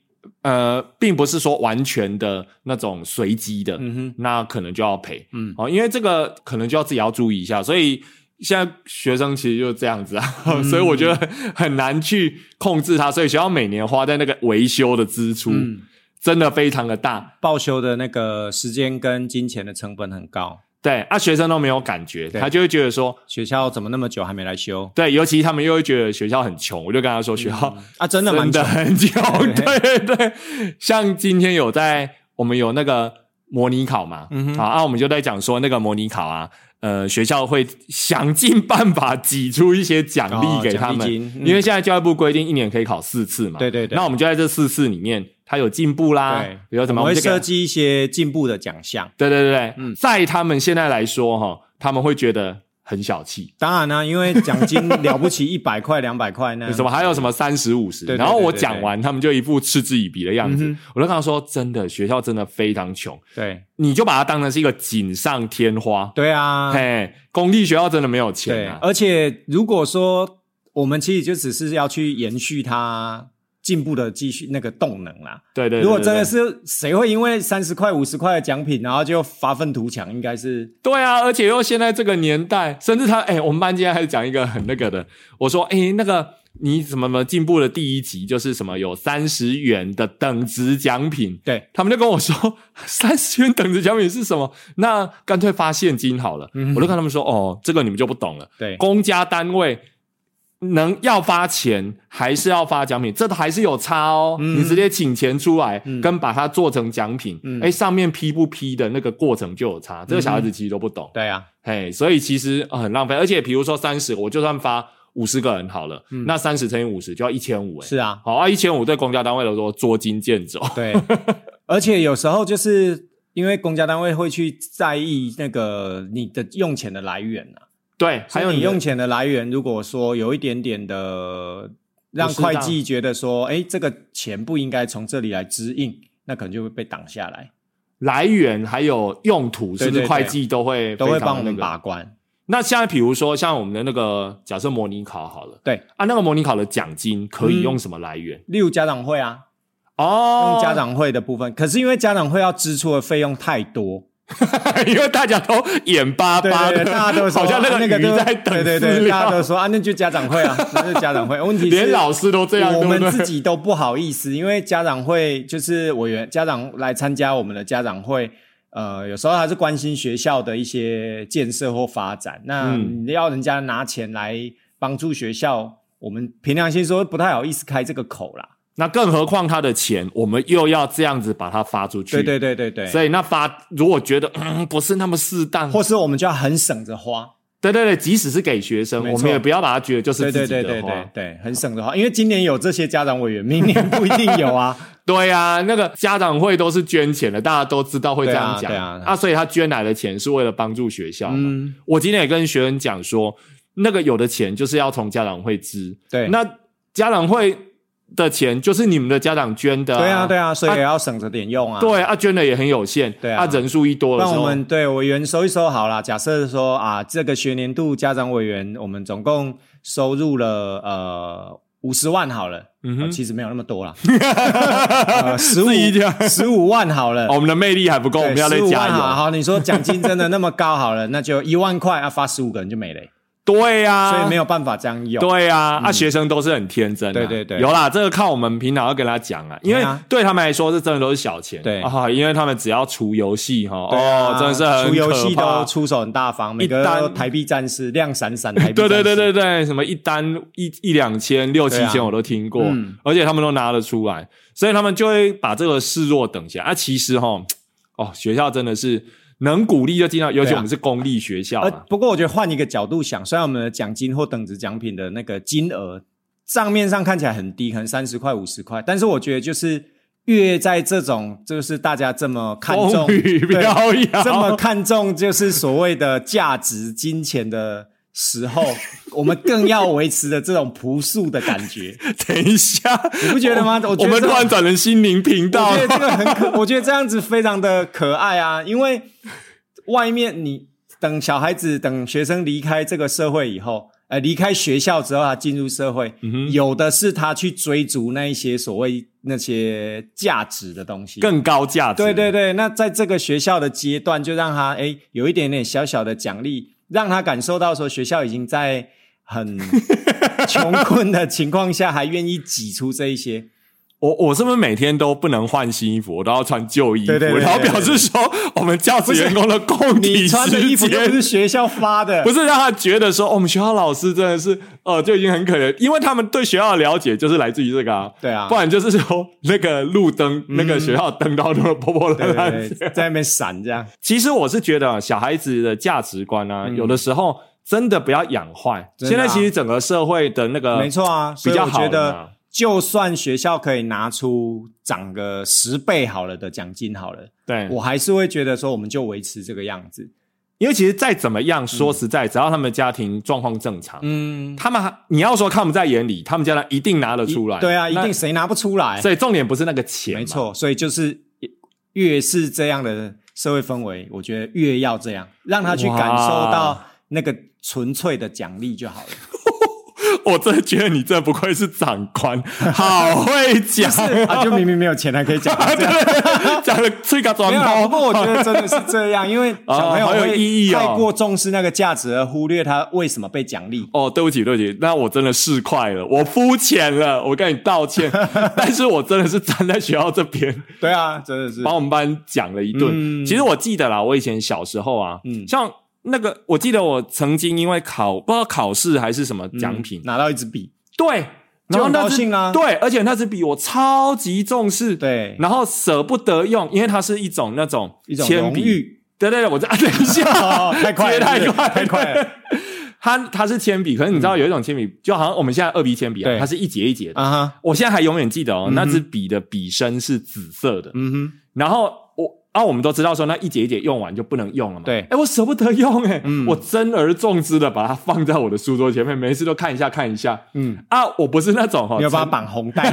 [SPEAKER 1] 呃，并不是说完全的那种随机的，
[SPEAKER 2] 嗯哼，
[SPEAKER 1] 那可能就要赔，
[SPEAKER 2] 嗯
[SPEAKER 1] 哦，因为这个可能就要自己要注意一下，所以。现在学生其实就是这样子啊，
[SPEAKER 2] 嗯
[SPEAKER 1] 所以我觉得很难去控制它，所以学校每年花在那个维修的支出，
[SPEAKER 2] 嗯，
[SPEAKER 1] 真的非常的大。
[SPEAKER 2] 报修的那个时间跟金钱的成本很高，
[SPEAKER 1] 对啊，学生都没有感觉，
[SPEAKER 2] 对
[SPEAKER 1] 他就会觉得说，
[SPEAKER 2] 学校怎么那么久还没来修
[SPEAKER 1] 对，尤其他们又会觉得学校很穷。我就跟他说，学校
[SPEAKER 2] 啊？真的
[SPEAKER 1] 真
[SPEAKER 2] 蛮
[SPEAKER 1] 的很穷。
[SPEAKER 2] 对
[SPEAKER 1] 对对对，像今天有在我们有那个模拟考嘛，
[SPEAKER 2] 嗯哼
[SPEAKER 1] 啊，啊，我们就在讲说那个模拟考啊，呃，学校会想尽办法挤出一些奖
[SPEAKER 2] 哦
[SPEAKER 1] 励给他
[SPEAKER 2] 奖
[SPEAKER 1] 们，
[SPEAKER 2] 励金嗯
[SPEAKER 1] 因为现在教育部规定一年可以考四次嘛，
[SPEAKER 2] 对对对
[SPEAKER 1] 那我们就在这四次里面，他有进步啦
[SPEAKER 2] 对，
[SPEAKER 1] 比如怎么我
[SPEAKER 2] 我
[SPEAKER 1] 们
[SPEAKER 2] 们会
[SPEAKER 1] 就给他
[SPEAKER 2] 设计一些进步的奖项。
[SPEAKER 1] 对对对对，
[SPEAKER 2] 嗯
[SPEAKER 1] 在他们现在来说哈，他们会觉得很小气。
[SPEAKER 2] 当然啦、啊因为奖金了不起一百块、两 百块那样
[SPEAKER 1] 什么还有什么三十五十，
[SPEAKER 2] 对对对
[SPEAKER 1] 然后我
[SPEAKER 2] 对对
[SPEAKER 1] 讲完，他们就一副嗤之以鼻的样子。
[SPEAKER 2] 嗯
[SPEAKER 1] 我就跟他说：“真的，学校真的非常穷，
[SPEAKER 2] 对
[SPEAKER 1] 你就把它当成是一个锦上添花。
[SPEAKER 2] 对啊，
[SPEAKER 1] 嘿，公立学校真的没有
[SPEAKER 2] 对
[SPEAKER 1] 钱，啊。
[SPEAKER 2] 而且如果说我们其实就只是要去延续它进步的继续那个动能啦。
[SPEAKER 1] 对对对，
[SPEAKER 2] 如果真的
[SPEAKER 1] 对
[SPEAKER 2] 是谁会因为三十块、五十块的奖品，然后就发愤图强，应该是
[SPEAKER 1] 对啊，而且又现在这个年代，甚至他哎、我们班今天还讲一个很那个的，我说哎、那个你怎么怎么进步的第一集就是什么有三十元的等值奖品，
[SPEAKER 2] 对
[SPEAKER 1] 他们就跟我说 三十元等值奖品是什么？那干脆发现金好了。
[SPEAKER 2] 嗯
[SPEAKER 1] 我就跟他们说哦，这个你们就不懂了。
[SPEAKER 2] 对
[SPEAKER 1] 公家单位能要发钱还是要发奖品，这还是有差哦。你直接请钱出来，跟把它做成奖品，哎、
[SPEAKER 2] 嗯
[SPEAKER 1] 上面批不批的那个过程就有差。这个小孩子其实都不懂，
[SPEAKER 2] 对啊，
[SPEAKER 1] 哎，所以其实、呃很浪费。而且比如说三十，我就算发五十个人好了，那三十乘以五十就要一千五，哎，
[SPEAKER 2] 嗯是啊，
[SPEAKER 1] 好啊，一千五对公家单位来说捉襟见肘。
[SPEAKER 2] 对。而且有时候就是因为公家单位会去在意那个你的用钱的来源啊，
[SPEAKER 1] 对，还
[SPEAKER 2] 还
[SPEAKER 1] 有
[SPEAKER 2] 有你
[SPEAKER 1] 的
[SPEAKER 2] 用钱的来源，如果说有一点点的让
[SPEAKER 1] 不适
[SPEAKER 2] 会
[SPEAKER 1] 当
[SPEAKER 2] 计觉得说，哎，这个钱不应该从这里来支应，那可能就会被挡下来，
[SPEAKER 1] 来源还有用途，是不
[SPEAKER 2] 对对
[SPEAKER 1] 是
[SPEAKER 2] 对
[SPEAKER 1] 会计都会
[SPEAKER 2] 都会
[SPEAKER 1] 非常
[SPEAKER 2] 帮我们
[SPEAKER 1] 那个
[SPEAKER 2] 把关。
[SPEAKER 1] 那现在比如说像我们的那个假设模拟考好了，
[SPEAKER 2] 对
[SPEAKER 1] 啊，那个模拟考的奖金可以用什么来源？
[SPEAKER 2] 例如家长会啊，
[SPEAKER 1] 哦，
[SPEAKER 2] 用家长会的部分，可是因为家长会要支出的费用太多，
[SPEAKER 1] 长， 因为大家都眼巴
[SPEAKER 2] 对
[SPEAKER 1] 巴
[SPEAKER 2] 对
[SPEAKER 1] 的，
[SPEAKER 2] 对，大家都说 啊
[SPEAKER 1] 好像
[SPEAKER 2] 那
[SPEAKER 1] 那个
[SPEAKER 2] 个
[SPEAKER 1] 鱼
[SPEAKER 2] 都
[SPEAKER 1] 在等
[SPEAKER 2] 对对
[SPEAKER 1] 饲
[SPEAKER 2] 对，
[SPEAKER 1] 料
[SPEAKER 2] 大家都说啊，那就家长会啊，那就家长 会。问题是
[SPEAKER 1] 连老师都这样，
[SPEAKER 2] 我
[SPEAKER 1] 对
[SPEAKER 2] 们
[SPEAKER 1] 不
[SPEAKER 2] 自
[SPEAKER 1] 对？
[SPEAKER 2] 己都不好意思，因为家长会就是委员家长来参加我们的家长会，呃，有时候还是关心学校的一些建设或发展。那
[SPEAKER 1] 嗯
[SPEAKER 2] 你要人家拿钱来帮助学校，我们凭良心说不太好意思开这个口啦。
[SPEAKER 1] 那更何况他的钱，我们又要这样子把它发出去，
[SPEAKER 2] 对对对对对，
[SPEAKER 1] 所以那发如果觉得、 嗯、不是那么适当，
[SPEAKER 2] 或是我们就要很省着花。
[SPEAKER 1] 对对对，即使是给学生，
[SPEAKER 2] 没错
[SPEAKER 1] 我们也不要把它觉得就是
[SPEAKER 2] 对
[SPEAKER 1] 自
[SPEAKER 2] 对
[SPEAKER 1] 己的
[SPEAKER 2] 对
[SPEAKER 1] 花。
[SPEAKER 2] 对对对，很省着花，因为今年有这些家长委员，明年不一定有啊。
[SPEAKER 1] 对啊，那个家长会都是捐钱的，大家都知道会这样讲
[SPEAKER 2] 对啊对啊
[SPEAKER 1] 所以他捐来的钱是为了帮助学校嘛。
[SPEAKER 2] 嗯，
[SPEAKER 1] 我今天也跟学生讲说，那个有的钱就是要从家长会支，
[SPEAKER 2] 对，
[SPEAKER 1] 那家长会的钱就是你们的家长捐的、
[SPEAKER 2] 对啊对
[SPEAKER 1] 啊，
[SPEAKER 2] 啊，所以也要省着点用啊。
[SPEAKER 1] 对啊，捐的也很有限，
[SPEAKER 2] 对啊
[SPEAKER 1] 人数一多的
[SPEAKER 2] 那
[SPEAKER 1] 时
[SPEAKER 2] 我
[SPEAKER 1] 候，
[SPEAKER 2] 们对委员收一收好啦。假设说啊，这个学年度家长委员，我们总共收入了呃五十万好了，
[SPEAKER 1] 嗯
[SPEAKER 2] 呃
[SPEAKER 1] 哼，
[SPEAKER 2] 其实没有那么 多啦，呃十五十五万好了
[SPEAKER 1] 哦。我们的魅力还不够，我们要再
[SPEAKER 2] 十五
[SPEAKER 1] 加
[SPEAKER 2] 万啊好，
[SPEAKER 1] 油。
[SPEAKER 2] 好，你说奖金真的那么高好了，那就一万块啊，发十五个人就没了，
[SPEAKER 1] 对啊，
[SPEAKER 2] 所以没有办法这样用。
[SPEAKER 1] 对啊，啊，学生都是很天真、啊，
[SPEAKER 2] 嗯对对对
[SPEAKER 1] 有啦，这个靠我们平常要跟他讲啊，因为
[SPEAKER 2] 对啊
[SPEAKER 1] 对他们来说，这真的都是小钱，
[SPEAKER 2] 对
[SPEAKER 1] 啊，因为他们只要除游戏哈，
[SPEAKER 2] 对啊
[SPEAKER 1] 哦，真的是很
[SPEAKER 2] 出游戏
[SPEAKER 1] 可怕
[SPEAKER 2] 都出手很大方，每个
[SPEAKER 1] 一单
[SPEAKER 2] 都台币战士亮闪闪，台币
[SPEAKER 1] 对 对
[SPEAKER 2] 战士
[SPEAKER 1] 对对对，什么一单一一两千六
[SPEAKER 2] 对
[SPEAKER 1] 七
[SPEAKER 2] 啊
[SPEAKER 1] 千我都听过，
[SPEAKER 2] 嗯
[SPEAKER 1] 而且他们都拿得出来，所以他们就会把这个视若等闲啊。其实哈，哦，学校真的是能鼓励就尽量，尤其
[SPEAKER 2] 对啊
[SPEAKER 1] 我们是公立学校啊
[SPEAKER 2] 呃
[SPEAKER 1] 嘛，，
[SPEAKER 2] 不过我觉得换一个角度想，虽然我们的奖金或等值奖品的那个金额账面上看起来很低，可能三十块、五十块，但是我觉得就是越在这种就是大家这么看重
[SPEAKER 1] 风雨
[SPEAKER 2] 对
[SPEAKER 1] 飘摇，
[SPEAKER 2] 这么看重就是所谓的价值、金钱的时候，我们更要维持的这种朴素的感觉，
[SPEAKER 1] 等一下，
[SPEAKER 2] 你不觉得吗？我觉
[SPEAKER 1] 我
[SPEAKER 2] 得
[SPEAKER 1] 们
[SPEAKER 2] 这
[SPEAKER 1] 突然转成心灵频道
[SPEAKER 2] 我
[SPEAKER 1] 了
[SPEAKER 2] 觉得。这个很可，我觉得这样子非常的可爱啊，因为外面你等小孩子、等学生离开这个社会以后，呃，离开学校之后，他进入社会，有的是他去追逐那一些所谓那些价值的东西。
[SPEAKER 1] 更高价值。
[SPEAKER 2] 对对对，那在这个学校的阶段，就让他哎有一点点小小的奖励，让他感受到说学校已经在很穷困的情况下还愿意挤出这一些，
[SPEAKER 1] 我我是不是每天都不能换新衣服，我都要穿旧衣服？
[SPEAKER 2] 对对对对
[SPEAKER 1] 然后表示说，我们教职员工的供体
[SPEAKER 2] 你穿的衣服
[SPEAKER 1] 时
[SPEAKER 2] 又
[SPEAKER 1] 间
[SPEAKER 2] 不是学校发的，
[SPEAKER 1] 不是让他觉得说、哦我们学校老师真的是呃就已经很可怜，因为他们对学校的了解就是来自于这个啊，
[SPEAKER 2] 对啊嗯
[SPEAKER 1] 不然就是说那个路灯、那个学校灯都都破破烂
[SPEAKER 2] 对
[SPEAKER 1] 烂。
[SPEAKER 2] 对对，在那边闪这样，
[SPEAKER 1] 其实我是觉得小孩子的价值观啊，有的时候真的不要养坏。
[SPEAKER 2] 嗯真
[SPEAKER 1] 现
[SPEAKER 2] 的啊
[SPEAKER 1] 在其实整个社会的那个
[SPEAKER 2] 没错啊。所以
[SPEAKER 1] 呃比较
[SPEAKER 2] 我觉
[SPEAKER 1] 好的
[SPEAKER 2] 得
[SPEAKER 1] 嘛，
[SPEAKER 2] 就算学校可以拿出涨个十倍好了的奖金好了，
[SPEAKER 1] 对，
[SPEAKER 2] 我还是会觉得说，我们就维持这个样子。
[SPEAKER 1] 因为其实再怎么样，说实在，只要他们家庭状况正常，
[SPEAKER 2] 嗯，
[SPEAKER 1] 他们还你要说看不在眼里，他们家人一定拿得出来。
[SPEAKER 2] 对啊，一
[SPEAKER 1] 那
[SPEAKER 2] 定。谁拿不出来？
[SPEAKER 1] 所以重点不是那个钱，
[SPEAKER 2] 没。错，所以就是越是这样的社会氛围，我觉得越要这样，让他去感受到那个纯粹的奖励就好了。
[SPEAKER 1] 我真的觉得你这不愧是长 官，好会讲
[SPEAKER 2] 是啊，就明明没有钱还可 以讲这样。
[SPEAKER 1] 讲了吹个
[SPEAKER 2] 没
[SPEAKER 1] 砖
[SPEAKER 2] 有啦，不
[SPEAKER 1] 头。
[SPEAKER 2] 过我觉得真的是这样， 因为小朋友
[SPEAKER 1] 好有
[SPEAKER 2] 会
[SPEAKER 1] 意义哦
[SPEAKER 2] 太过重视那个价值，而忽略他为什么被奖励。
[SPEAKER 1] 哦，对不起，对不起，那我真的是快了，我肤浅了，我跟你道 歉。但是我真的是站在学校这边，
[SPEAKER 2] 对啊，真的是
[SPEAKER 1] 把我们班讲了一顿。
[SPEAKER 2] 嗯
[SPEAKER 1] 其实我记得啦，我以前小时候啊，
[SPEAKER 2] 嗯
[SPEAKER 1] 像那个，我记得我曾经因为考不知道考试还是什么奖品，
[SPEAKER 2] 拿到一支笔，
[SPEAKER 1] 对，然
[SPEAKER 2] 嗯就
[SPEAKER 1] 后
[SPEAKER 2] 很
[SPEAKER 1] 那
[SPEAKER 2] 高
[SPEAKER 1] 支
[SPEAKER 2] 兴啊
[SPEAKER 1] 对，而且那支笔我超级重视，
[SPEAKER 2] 对
[SPEAKER 1] 然后舍不得用，因为它是一种那种
[SPEAKER 2] 一种
[SPEAKER 1] 铅
[SPEAKER 2] 荣
[SPEAKER 1] 笔。
[SPEAKER 2] 誉
[SPEAKER 1] 对对对，我 在、啊、等一下，
[SPEAKER 2] 哦太快了
[SPEAKER 1] 接太
[SPEAKER 2] 是不是
[SPEAKER 1] 快了，
[SPEAKER 2] 太快了。嗯
[SPEAKER 1] 它它是铅笔，可是你知道有一种铅笔，就好像我们现在二 B 铅笔啊，
[SPEAKER 2] 对
[SPEAKER 1] 它是一节一节的。
[SPEAKER 2] 啊哈，
[SPEAKER 1] 我现在还永远记得哦，
[SPEAKER 2] 嗯哼
[SPEAKER 1] 那支笔的笔身是紫色的。
[SPEAKER 2] 嗯哼，
[SPEAKER 1] 然后我啊，我们都知道说那一节一节用完就不能用了嘛。
[SPEAKER 2] 对
[SPEAKER 1] 哎，我舍不得用哎、
[SPEAKER 2] 嗯
[SPEAKER 1] 我珍而重之的把它放在我的书桌前面，每一次都看一下看一下。
[SPEAKER 2] 嗯，
[SPEAKER 1] 啊，我不是那种哈、
[SPEAKER 2] 你有把它绑红带，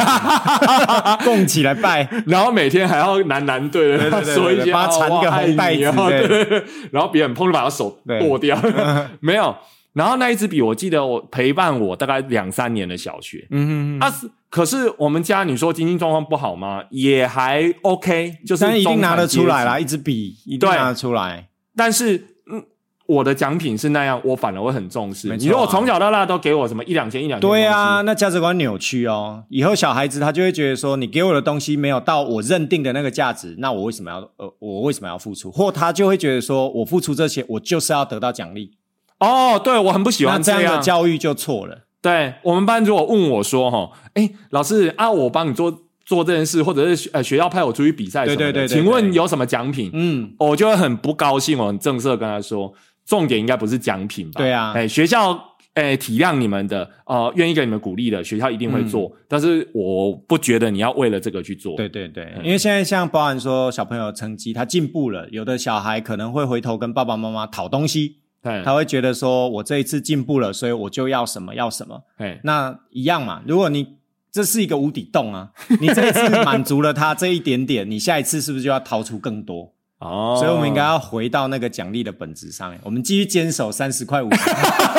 [SPEAKER 2] 供起来拜。
[SPEAKER 1] 然后每天还要喃喃对
[SPEAKER 2] 对对
[SPEAKER 1] 着
[SPEAKER 2] 对
[SPEAKER 1] 说一些
[SPEAKER 2] 对把它缠一个红带子
[SPEAKER 1] 然后对
[SPEAKER 2] 对
[SPEAKER 1] 啊对对，然后别人碰就把他手
[SPEAKER 2] 对
[SPEAKER 1] 剁掉， 没有。然后那一支笔，我记得我陪伴我大概两三年的小学，
[SPEAKER 2] 嗯哼，
[SPEAKER 1] 啊，可是我们家你说经济状况不好吗？也还 OK，就是
[SPEAKER 2] 但一定
[SPEAKER 1] 中产
[SPEAKER 2] 拿得出来啦，
[SPEAKER 1] 阶级。
[SPEAKER 2] 一支笔一定拿得出来。
[SPEAKER 1] 但是，嗯，我的奖品是那样，我反而会很重视。
[SPEAKER 2] 没错啊
[SPEAKER 1] 你如果从小到大都给我什么一两千一两千，
[SPEAKER 2] 对啊，，那价值观扭曲哦。以后小孩子他就会觉得说，你给我的东西没有到我认定的那个价值，那我为什么要呃，我为什么要付出？或他就会觉得说我付出这些，我就是要得到奖励。
[SPEAKER 1] 哦，对我很不喜
[SPEAKER 2] 那
[SPEAKER 1] 欢
[SPEAKER 2] 这样
[SPEAKER 1] 样
[SPEAKER 2] 的教育就错了。
[SPEAKER 1] 对啊我们班如果问我说哈，哎，老师啊，我帮你做做这件事，或者是呃学校派我出去比赛什么的，
[SPEAKER 2] 对对对对
[SPEAKER 1] 请问有什么奖品？
[SPEAKER 2] 嗯，
[SPEAKER 1] 我就会很不高兴，我很正式的跟他说，重点应该不是奖品吧？
[SPEAKER 2] 对啊
[SPEAKER 1] 哎，学校。哎，体谅你们的，呃，愿意给你们鼓励的，学校一定会做。但是我不觉得你要为了这个去做。
[SPEAKER 2] 嗯对对对，
[SPEAKER 1] 嗯
[SPEAKER 2] 因为现在像包含说小朋友成绩他进步了，有的小孩可能会回头跟爸爸妈妈讨东西，
[SPEAKER 1] 对，
[SPEAKER 2] 他会觉得说我这一次进步了，所以我就要什么要什么。
[SPEAKER 1] 哎，
[SPEAKER 2] 那一样嘛，如果你这是一个无底洞啊，你这一次满足了他这一点点，你下一次是不是就要掏出更多？
[SPEAKER 1] 哦，
[SPEAKER 2] 所以我们应该要回到那个奖励的本质上面，我们继续坚守三十块五十。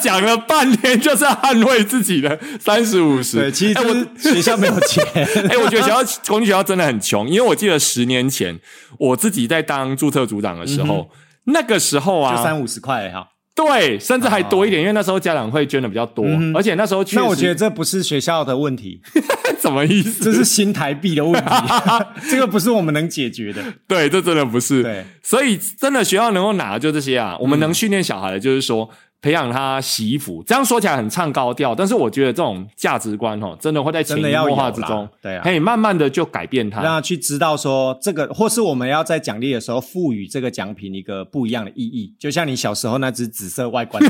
[SPEAKER 1] 讲了半天，就是要捍卫自己的三十五十。
[SPEAKER 2] 对，其实
[SPEAKER 1] 哎
[SPEAKER 2] 就
[SPEAKER 1] 我
[SPEAKER 2] 是 学校没有 钱，
[SPEAKER 1] 哎、我觉得学校公立学校真的很穷，因为我记得十年前我自己在当注册组长的时候，那个时候
[SPEAKER 2] 嗯就
[SPEAKER 1] 啊，
[SPEAKER 2] 三五十块而已哈。
[SPEAKER 1] 对，甚至还多一点，因为那时候家长会捐的比较多，
[SPEAKER 2] 嗯哼
[SPEAKER 1] 而且那时候确实哎
[SPEAKER 2] 那我觉得这不是学校的问题，
[SPEAKER 1] 怎么意思？
[SPEAKER 2] 这是新台币的 问题，这个不是我们能解决的。
[SPEAKER 1] 对，这真的不是。
[SPEAKER 2] 对，嗯
[SPEAKER 1] 所以真的学校能够拿的就这些啊，我们能训练小孩的就是说。培养他洗衣服，这样说起来很唱高调，但是我觉得这种价值观哦，真的会在潜移
[SPEAKER 2] 真的要
[SPEAKER 1] 默
[SPEAKER 2] 有
[SPEAKER 1] 化之
[SPEAKER 2] 啦
[SPEAKER 1] 中，
[SPEAKER 2] 对啊
[SPEAKER 1] 嘿，慢慢的就改变
[SPEAKER 2] 让
[SPEAKER 1] 它。
[SPEAKER 2] 他去知道说这个，或是我们要在奖励的时候赋予这个奖品一个不一样的意义，就像你小时候那只紫色外观，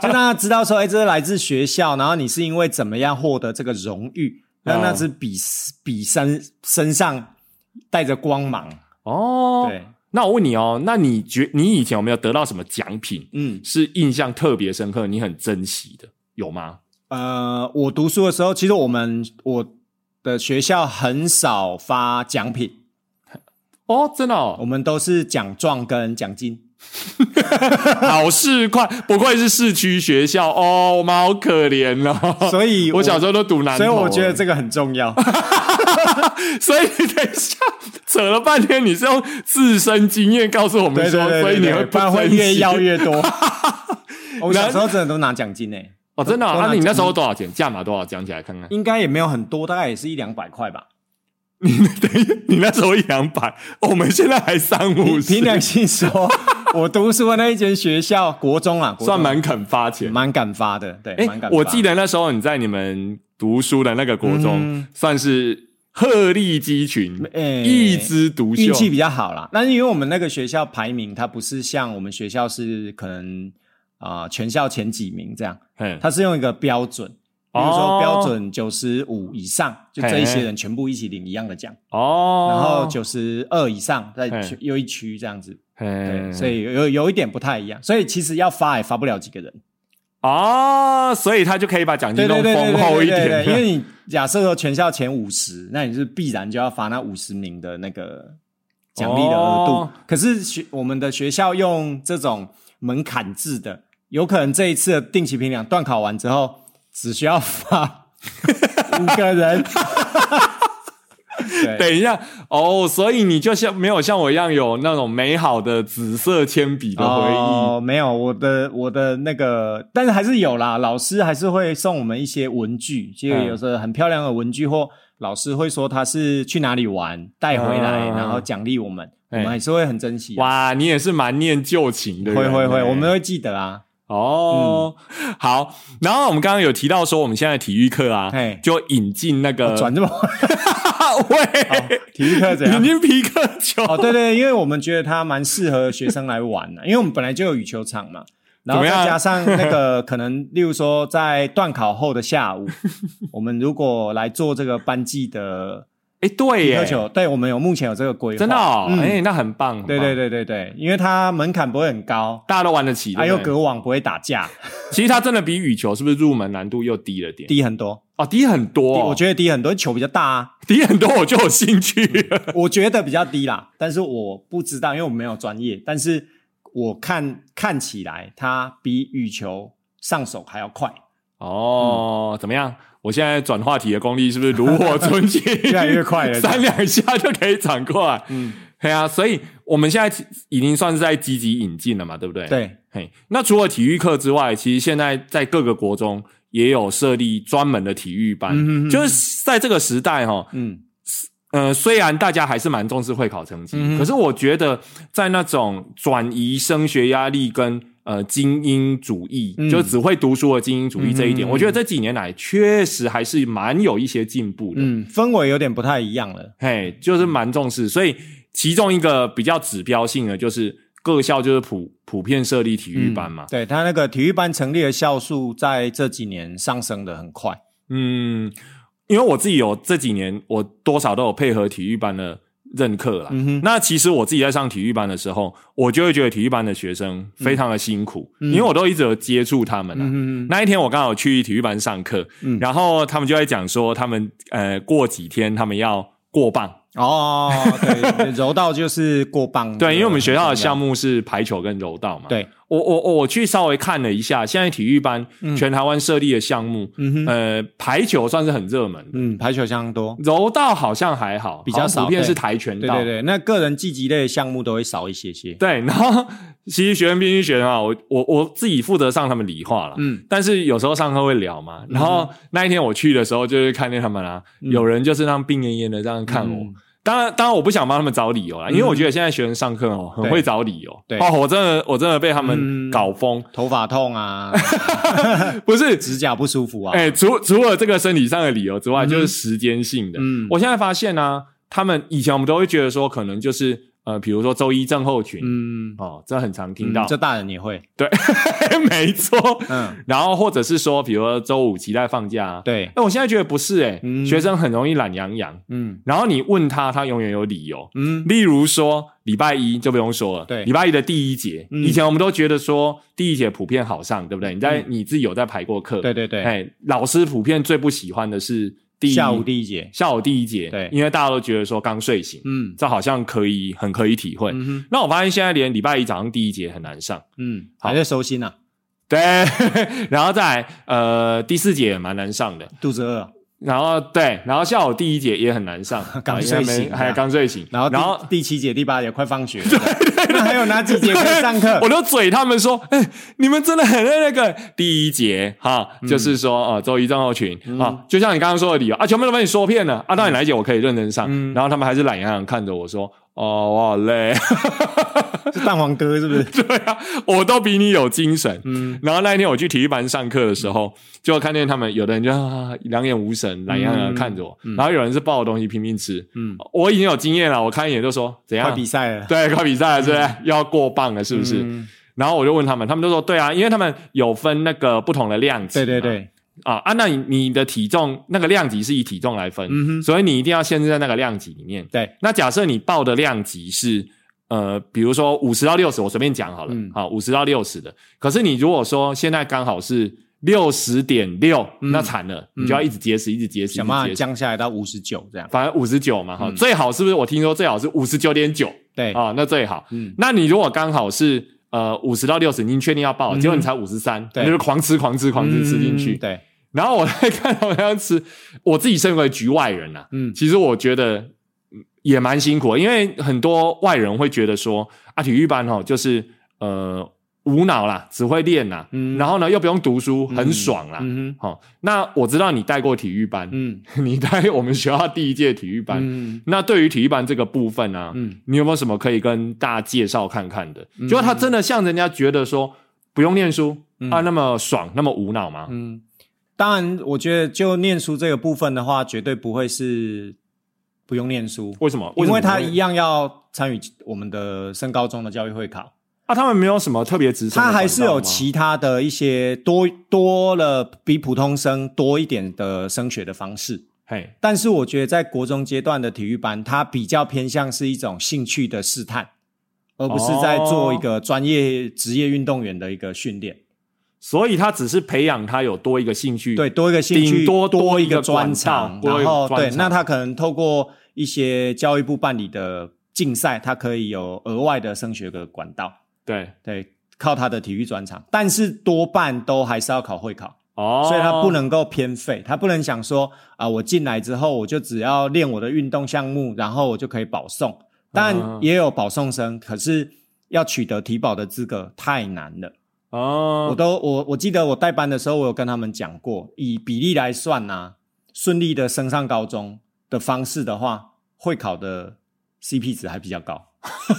[SPEAKER 2] 就让他知道说，哎、这是来自学校，然后你是因为怎么样获得这个荣誉，让那只笔笔身身上带着光芒，
[SPEAKER 1] 哦，
[SPEAKER 2] 对，
[SPEAKER 1] 那我问你哦，那你觉你以前有没有得到什么奖品？
[SPEAKER 2] 嗯，
[SPEAKER 1] 是印象特别深刻，你很珍惜的，有吗？
[SPEAKER 2] 呃，我读书的时候，其实我们我的学校很少发奖品，
[SPEAKER 1] 哦，真的
[SPEAKER 2] 我
[SPEAKER 1] 哦，
[SPEAKER 2] 们都是奖状跟奖金。
[SPEAKER 1] 好市侩，不愧是市区学校哦，我们好可怜哦。
[SPEAKER 2] 所以
[SPEAKER 1] 我小时候都读南投
[SPEAKER 2] 所
[SPEAKER 1] 了，
[SPEAKER 2] 以我觉得这个很重要。
[SPEAKER 1] 所以你等一下扯了半天，你是用自身经验告诉我们
[SPEAKER 2] 对
[SPEAKER 1] 说，
[SPEAKER 2] 对对对
[SPEAKER 1] 所以你会
[SPEAKER 2] 对不然
[SPEAKER 1] 不
[SPEAKER 2] 会
[SPEAKER 1] 珍惜
[SPEAKER 2] 越要越多。我们小时候真的都拿奖金诶、
[SPEAKER 1] 哦哦，真的啊？
[SPEAKER 2] 都拿
[SPEAKER 1] 那你那
[SPEAKER 2] 奖
[SPEAKER 1] 时候多少钱？价码多少？讲起来看看。
[SPEAKER 2] 应该也没有很多，大概也是一两百块吧。
[SPEAKER 1] 你等一下，你那时候一两百，我们现在还三五十
[SPEAKER 2] 凭，良心说，我读书的那一间学校，国中啊，国中
[SPEAKER 1] 算蛮肯发钱。
[SPEAKER 2] 蛮敢发的，对，
[SPEAKER 1] 哎
[SPEAKER 2] 蛮敢，发。
[SPEAKER 1] 我记得那时候你在你们读书的那个国中
[SPEAKER 2] 嗯，
[SPEAKER 1] 算是鹤立鸡群，
[SPEAKER 2] 哎
[SPEAKER 1] 一枝独秀
[SPEAKER 2] 运。气比较好啦。但是因为我们那个学校排名，它不是像我们学校是可能啊、呃全校前几名这样，
[SPEAKER 1] 嗯
[SPEAKER 2] 它是用一个标准，比如
[SPEAKER 1] 哦
[SPEAKER 2] 说标准九十五以上，就这一些
[SPEAKER 1] 嘿
[SPEAKER 2] 人全部一起领一样的奖，
[SPEAKER 1] 哦，
[SPEAKER 2] 然后九十二以上再
[SPEAKER 1] 嘿嗯
[SPEAKER 2] 区又一区这样子。
[SPEAKER 1] 嘿
[SPEAKER 2] 对，所以有有有一点不太一样，所以其实要发也发不了几个人，
[SPEAKER 1] 哦，所以他就可以把奖金
[SPEAKER 2] 对
[SPEAKER 1] 弄
[SPEAKER 2] 对对
[SPEAKER 1] 丰
[SPEAKER 2] 对对
[SPEAKER 1] 厚一
[SPEAKER 2] 对对
[SPEAKER 1] 点，
[SPEAKER 2] 对因为你假设说全校前五十，那你是必然就要发那五十名的那个奖励的额度。
[SPEAKER 1] 哦
[SPEAKER 2] 可是学我们的学校用这种门槛制的，有可能这一次的定期评量段考完之后，只需要发五 个人。对，
[SPEAKER 1] 等一下哦，所以你就像没有像我一样有那种美好的紫色铅笔的回忆。
[SPEAKER 2] 哦，没有，我的我的那个，但是还是有啦。老师还是会送我们一些文具，就
[SPEAKER 1] 嗯
[SPEAKER 2] 有时候很漂亮的文具，或老师会说他是去哪里玩带回来，
[SPEAKER 1] 嗯
[SPEAKER 2] 然后奖励我们，我
[SPEAKER 1] 哎
[SPEAKER 2] 们还是会很珍惜啊、
[SPEAKER 1] 哇，你也是蛮念旧情的人
[SPEAKER 2] 会
[SPEAKER 1] 欸，
[SPEAKER 2] 会会，我们会记得啊。
[SPEAKER 1] 哦、
[SPEAKER 2] 嗯
[SPEAKER 1] 好。然后我们刚刚有提到说，我们现在体育课啊
[SPEAKER 2] 嘿，哦
[SPEAKER 1] 就引进那个
[SPEAKER 2] 转这么
[SPEAKER 1] 喂，
[SPEAKER 2] 体育课怎
[SPEAKER 1] 引
[SPEAKER 2] 样？
[SPEAKER 1] 进皮克球，
[SPEAKER 2] 哦，对对，因为我们觉得它蛮适合学生来玩的、因为我们本来就有羽球场嘛，然后
[SPEAKER 1] 怎
[SPEAKER 2] 再
[SPEAKER 1] 么样
[SPEAKER 2] 加上那个可能，例如说在段考后的下午，我们如果来做这个班级的
[SPEAKER 1] 哎、对
[SPEAKER 2] 要
[SPEAKER 1] 耶，
[SPEAKER 2] 求，对我们有目前有这个规划，
[SPEAKER 1] 真的、哦，哎、
[SPEAKER 2] 嗯
[SPEAKER 1] 那很棒，很棒
[SPEAKER 2] 对对，对对对，因为它门槛不会很高，
[SPEAKER 1] 大家都玩得起，
[SPEAKER 2] 还有
[SPEAKER 1] 对不对
[SPEAKER 2] 隔网不会打架，
[SPEAKER 1] 其实它真的比羽球是不是入门难度又低了点？
[SPEAKER 2] 低很多。
[SPEAKER 1] 哦，低很多
[SPEAKER 2] 低
[SPEAKER 1] 哦、
[SPEAKER 2] 我觉得低很多，球比较大啊，
[SPEAKER 1] 低很多，我就有兴 趣了。
[SPEAKER 2] 我觉得比较低啦， 但是我不知道，因为我没有专业，但是我看看起来它比羽球上手还要快，
[SPEAKER 1] 哦，怎么样？我现在转话题的功力是不是炉 火纯青？
[SPEAKER 2] 越来越快了
[SPEAKER 1] 三两下就可以转过来。
[SPEAKER 2] 嗯，
[SPEAKER 1] 对啊，所以我们现在已经算是在积极引进了嘛，对不对？。
[SPEAKER 2] 对，
[SPEAKER 1] 嘿，那除了体育课之外，其实现在在各个国中也有设立专门的体育班，
[SPEAKER 2] 嗯哼哼
[SPEAKER 1] 就是在这个时代哈、哦，
[SPEAKER 2] 嗯，
[SPEAKER 1] 呃，虽然大家还是蛮重视会考成绩，
[SPEAKER 2] 嗯哼
[SPEAKER 1] 可是我觉得在那种转移升学压力跟呃精英主义，
[SPEAKER 2] 嗯
[SPEAKER 1] 就只会读书的精英主义这一点，
[SPEAKER 2] 嗯哼
[SPEAKER 1] 我觉得这几年来确实还是蛮有一些进步的。
[SPEAKER 2] 嗯，氛围有点不太一样了，
[SPEAKER 1] 嘿，
[SPEAKER 2] 嗯
[SPEAKER 1] 就是蛮重视，所以其中一个比较指标性的就是各校就是普普遍设立体育班嘛
[SPEAKER 2] 嗯，对他那个体育班成立的校数在这几年上升的很快，
[SPEAKER 1] 嗯，因为我自己有这几年，我多少都有配合体育班的任课啦。
[SPEAKER 2] 嗯哼
[SPEAKER 1] 那其实我自己在上体育班的时候，我就会觉得体育班的学生非常的辛苦，因为我都一直有接触他们啊。
[SPEAKER 2] 嗯
[SPEAKER 1] 那一天我刚好去体育班上课，
[SPEAKER 2] 嗯
[SPEAKER 1] 然后他们就在讲说，他们呃过几天他们要过磅，
[SPEAKER 2] 哦，对，柔道就是过磅，
[SPEAKER 1] 对，因为我们学校的项
[SPEAKER 2] 目，
[SPEAKER 1] 目是排球跟柔道嘛。，
[SPEAKER 2] 嗯对，
[SPEAKER 1] 我我我我去稍微看了一下，现在体育班、全台湾设立的项目，
[SPEAKER 2] 嗯哼，
[SPEAKER 1] 呃，排球算是很热门的。
[SPEAKER 2] 嗯，排球相当多，
[SPEAKER 1] 柔道好像还好，
[SPEAKER 2] 比较少
[SPEAKER 1] 好像普遍
[SPEAKER 2] 对
[SPEAKER 1] 是跆拳
[SPEAKER 2] 对
[SPEAKER 1] 道。
[SPEAKER 2] 对对，那个人积极类的项目都会少一些些，
[SPEAKER 1] 对然后其实学生必须学啊，我我我自己负责上他们理化了。
[SPEAKER 2] 嗯，
[SPEAKER 1] 但是有时候上课会聊嘛，然后那一天我去的时候，就是看见他们啊，有人就是让病恹恹的这样看我。
[SPEAKER 2] 嗯
[SPEAKER 1] 当然，当然我不想帮他们找理由啦，因为我觉得现在学生上课哦，很
[SPEAKER 2] 对
[SPEAKER 1] 会找理由。
[SPEAKER 2] 对
[SPEAKER 1] 哦，我真的我真的被他们
[SPEAKER 2] 嗯
[SPEAKER 1] 搞疯，
[SPEAKER 2] 头发痛啊，
[SPEAKER 1] 不是
[SPEAKER 2] 指甲不舒服啊，
[SPEAKER 1] 哎、除除了这个身体上的理由之外，就是时间性的。
[SPEAKER 2] 嗯
[SPEAKER 1] 我现在发现呢、他们以前我们都会觉得说，可能就是呃，比如说周一症候群，
[SPEAKER 2] 嗯，
[SPEAKER 1] 哦，这很常听到，
[SPEAKER 2] 嗯这大人也会，
[SPEAKER 1] 没错。
[SPEAKER 2] 嗯，
[SPEAKER 1] 然后或者是说，比如说周五期待放假、啊，。
[SPEAKER 2] 对，
[SPEAKER 1] 哎，我现在觉得不是哎、
[SPEAKER 2] 嗯
[SPEAKER 1] 学生很容易懒洋洋。
[SPEAKER 2] 嗯
[SPEAKER 1] 然后你问他，他永远有理由。
[SPEAKER 2] 嗯，
[SPEAKER 1] 例如说，礼拜一就不用说了，
[SPEAKER 2] 对
[SPEAKER 1] 礼拜一的第一节，
[SPEAKER 2] 嗯
[SPEAKER 1] 以前我们都觉得说第一节普遍好上，对不对？你在、你自己有在排过课，
[SPEAKER 2] 对对对，
[SPEAKER 1] 哎，老师普遍最不喜欢的是第一
[SPEAKER 2] 下午第一节，
[SPEAKER 1] 下午第一节，
[SPEAKER 2] 对
[SPEAKER 1] 因为大家都觉得说刚睡醒，
[SPEAKER 2] 嗯
[SPEAKER 1] 这好像可以很可以体会。
[SPEAKER 2] 嗯哼
[SPEAKER 1] 那我发现现在连礼拜一早上第一节很难上，
[SPEAKER 2] 嗯，
[SPEAKER 1] 好
[SPEAKER 2] 还在收心啊，
[SPEAKER 1] 对，然后再来呃第四节也蛮难上的，
[SPEAKER 2] 肚子饿，
[SPEAKER 1] 然后对，然后下午第一节也很难上， 啊
[SPEAKER 2] 刚睡醒啊
[SPEAKER 1] 因为没还刚睡醒，
[SPEAKER 2] 然后第
[SPEAKER 1] 然后
[SPEAKER 2] 第七节、第八节快放学了，那还有哪几节可以上课
[SPEAKER 1] ？我都嘴他们说，哎、你们真的很那个第一节哈，
[SPEAKER 2] 嗯
[SPEAKER 1] 就是说啊，呃周一症候群啊，就像你刚刚说的理由啊，全部都被你说骗了啊，到底哪一节我可以认真上？
[SPEAKER 2] 嗯
[SPEAKER 1] 然后他们还是懒洋洋看着我说，哦，我好 累，
[SPEAKER 2] 是蛋黄哥 是不是？
[SPEAKER 1] 对啊，我都比你有精神。
[SPEAKER 2] 嗯
[SPEAKER 1] 然后那一天我去体育班上课的时候，就看见他们有的人就、啊、两眼无神，懒洋洋地看着我，
[SPEAKER 2] 嗯
[SPEAKER 1] 然后有人是抱着东西拼命吃，嗯，我已经有经验了，我看一眼就说怎
[SPEAKER 2] 快
[SPEAKER 1] 样
[SPEAKER 2] 比赛嗯了，嗯
[SPEAKER 1] 对，快比赛了，是不是、要过磅了？是不是？然后我就问他们，他们就说对啊，因为他们有分那个不同的量级嘛，
[SPEAKER 2] 对对对，
[SPEAKER 1] 啊啊，那你你的体重那个量级是以体重来分，
[SPEAKER 2] 嗯哼
[SPEAKER 1] 所以你一定要限制在那个量级里面。
[SPEAKER 2] 对，
[SPEAKER 1] 那假设你报的量级是呃，比如说五十到六十，我随便讲好了，
[SPEAKER 2] 嗯
[SPEAKER 1] 好五十到六十的，可是你如果说现在刚好是。六十点六，那惨了，你就要一直节食，一直节食，一直
[SPEAKER 2] 嗯想办
[SPEAKER 1] 节
[SPEAKER 2] 法
[SPEAKER 1] 食。
[SPEAKER 2] 降下来到五十九这样。
[SPEAKER 1] 反正五十九嘛，哈、最好是不是？我听说最好是五十九点九，
[SPEAKER 2] 对，
[SPEAKER 1] 啊、那最好。
[SPEAKER 2] 嗯
[SPEAKER 1] 那你如果刚好是呃五十到六十，你已经确定要报了，结果你才五十三，你
[SPEAKER 2] 嗯对
[SPEAKER 1] 就是狂吃狂吃狂吃吃进去。
[SPEAKER 2] 嗯对，
[SPEAKER 1] 然后我在看他们这样吃，我自己身为局外人啊，
[SPEAKER 2] 嗯
[SPEAKER 1] 其实我觉得嗯也蛮辛苦的，因为很多外人会觉得说啊，体育班哦，就是呃无脑啦，只会练啦，
[SPEAKER 2] 嗯
[SPEAKER 1] 然后呢又不用读书，很爽啦。
[SPEAKER 2] 嗯
[SPEAKER 1] 好、那我知道你带过体育班，
[SPEAKER 2] 哼，
[SPEAKER 1] 你带我们学校第一届体育班，
[SPEAKER 2] 嗯
[SPEAKER 1] 那对于体育班这个部分啊，
[SPEAKER 2] 嗯
[SPEAKER 1] 你有没有什么可以跟大家介绍看看的？结果他真的像人家觉得说不用念书、啊，那么爽，那么无脑吗？
[SPEAKER 2] 嗯，当然，我觉得就念书这个部分的话，绝对不会是不用念书，
[SPEAKER 1] 为什么？
[SPEAKER 2] 因
[SPEAKER 1] 什么
[SPEAKER 2] 为他
[SPEAKER 1] 不会
[SPEAKER 2] 一样要参与我们的升高中的教育会考。
[SPEAKER 1] 啊，他们没有什么特别职，
[SPEAKER 2] 他还是有其他的一些多多了比普通生多一点的升学的方式，
[SPEAKER 1] 嘿，
[SPEAKER 2] 但是我觉得在国中阶段的体育班，它比较偏向是一种兴趣的试探，而不是在做一个
[SPEAKER 1] 哦
[SPEAKER 2] 专业职业运动员的一个训练。
[SPEAKER 1] 所以他只是培养他有多一个兴趣，
[SPEAKER 2] 对，，多一个兴
[SPEAKER 1] 顶
[SPEAKER 2] 趣，
[SPEAKER 1] 多多
[SPEAKER 2] 多
[SPEAKER 1] 一个管
[SPEAKER 2] 专
[SPEAKER 1] 道
[SPEAKER 2] 长，
[SPEAKER 1] 多一
[SPEAKER 2] 然
[SPEAKER 1] 个
[SPEAKER 2] 后
[SPEAKER 1] 专
[SPEAKER 2] 对，
[SPEAKER 1] 长
[SPEAKER 2] 那他可能透过一些教育部办理的竞赛，他可以有额外的升学的管道。
[SPEAKER 1] 对，
[SPEAKER 2] 对，靠他的体育专长，但是多半都还是要考会考，
[SPEAKER 1] 哦，
[SPEAKER 2] 所以他不能够偏废，他不能想说啊、我进来之后我就只要练我的运动项目，然后我就可以保送。
[SPEAKER 1] 嗯
[SPEAKER 2] 但也有保送生，可是要取得体保的资格太难了。我
[SPEAKER 1] 哦，
[SPEAKER 2] 都我我记得我带班的时候，我有跟他们讲过，以比例来算呐、顺利的升上高中的方式的话，会考的 CP 值还比较高。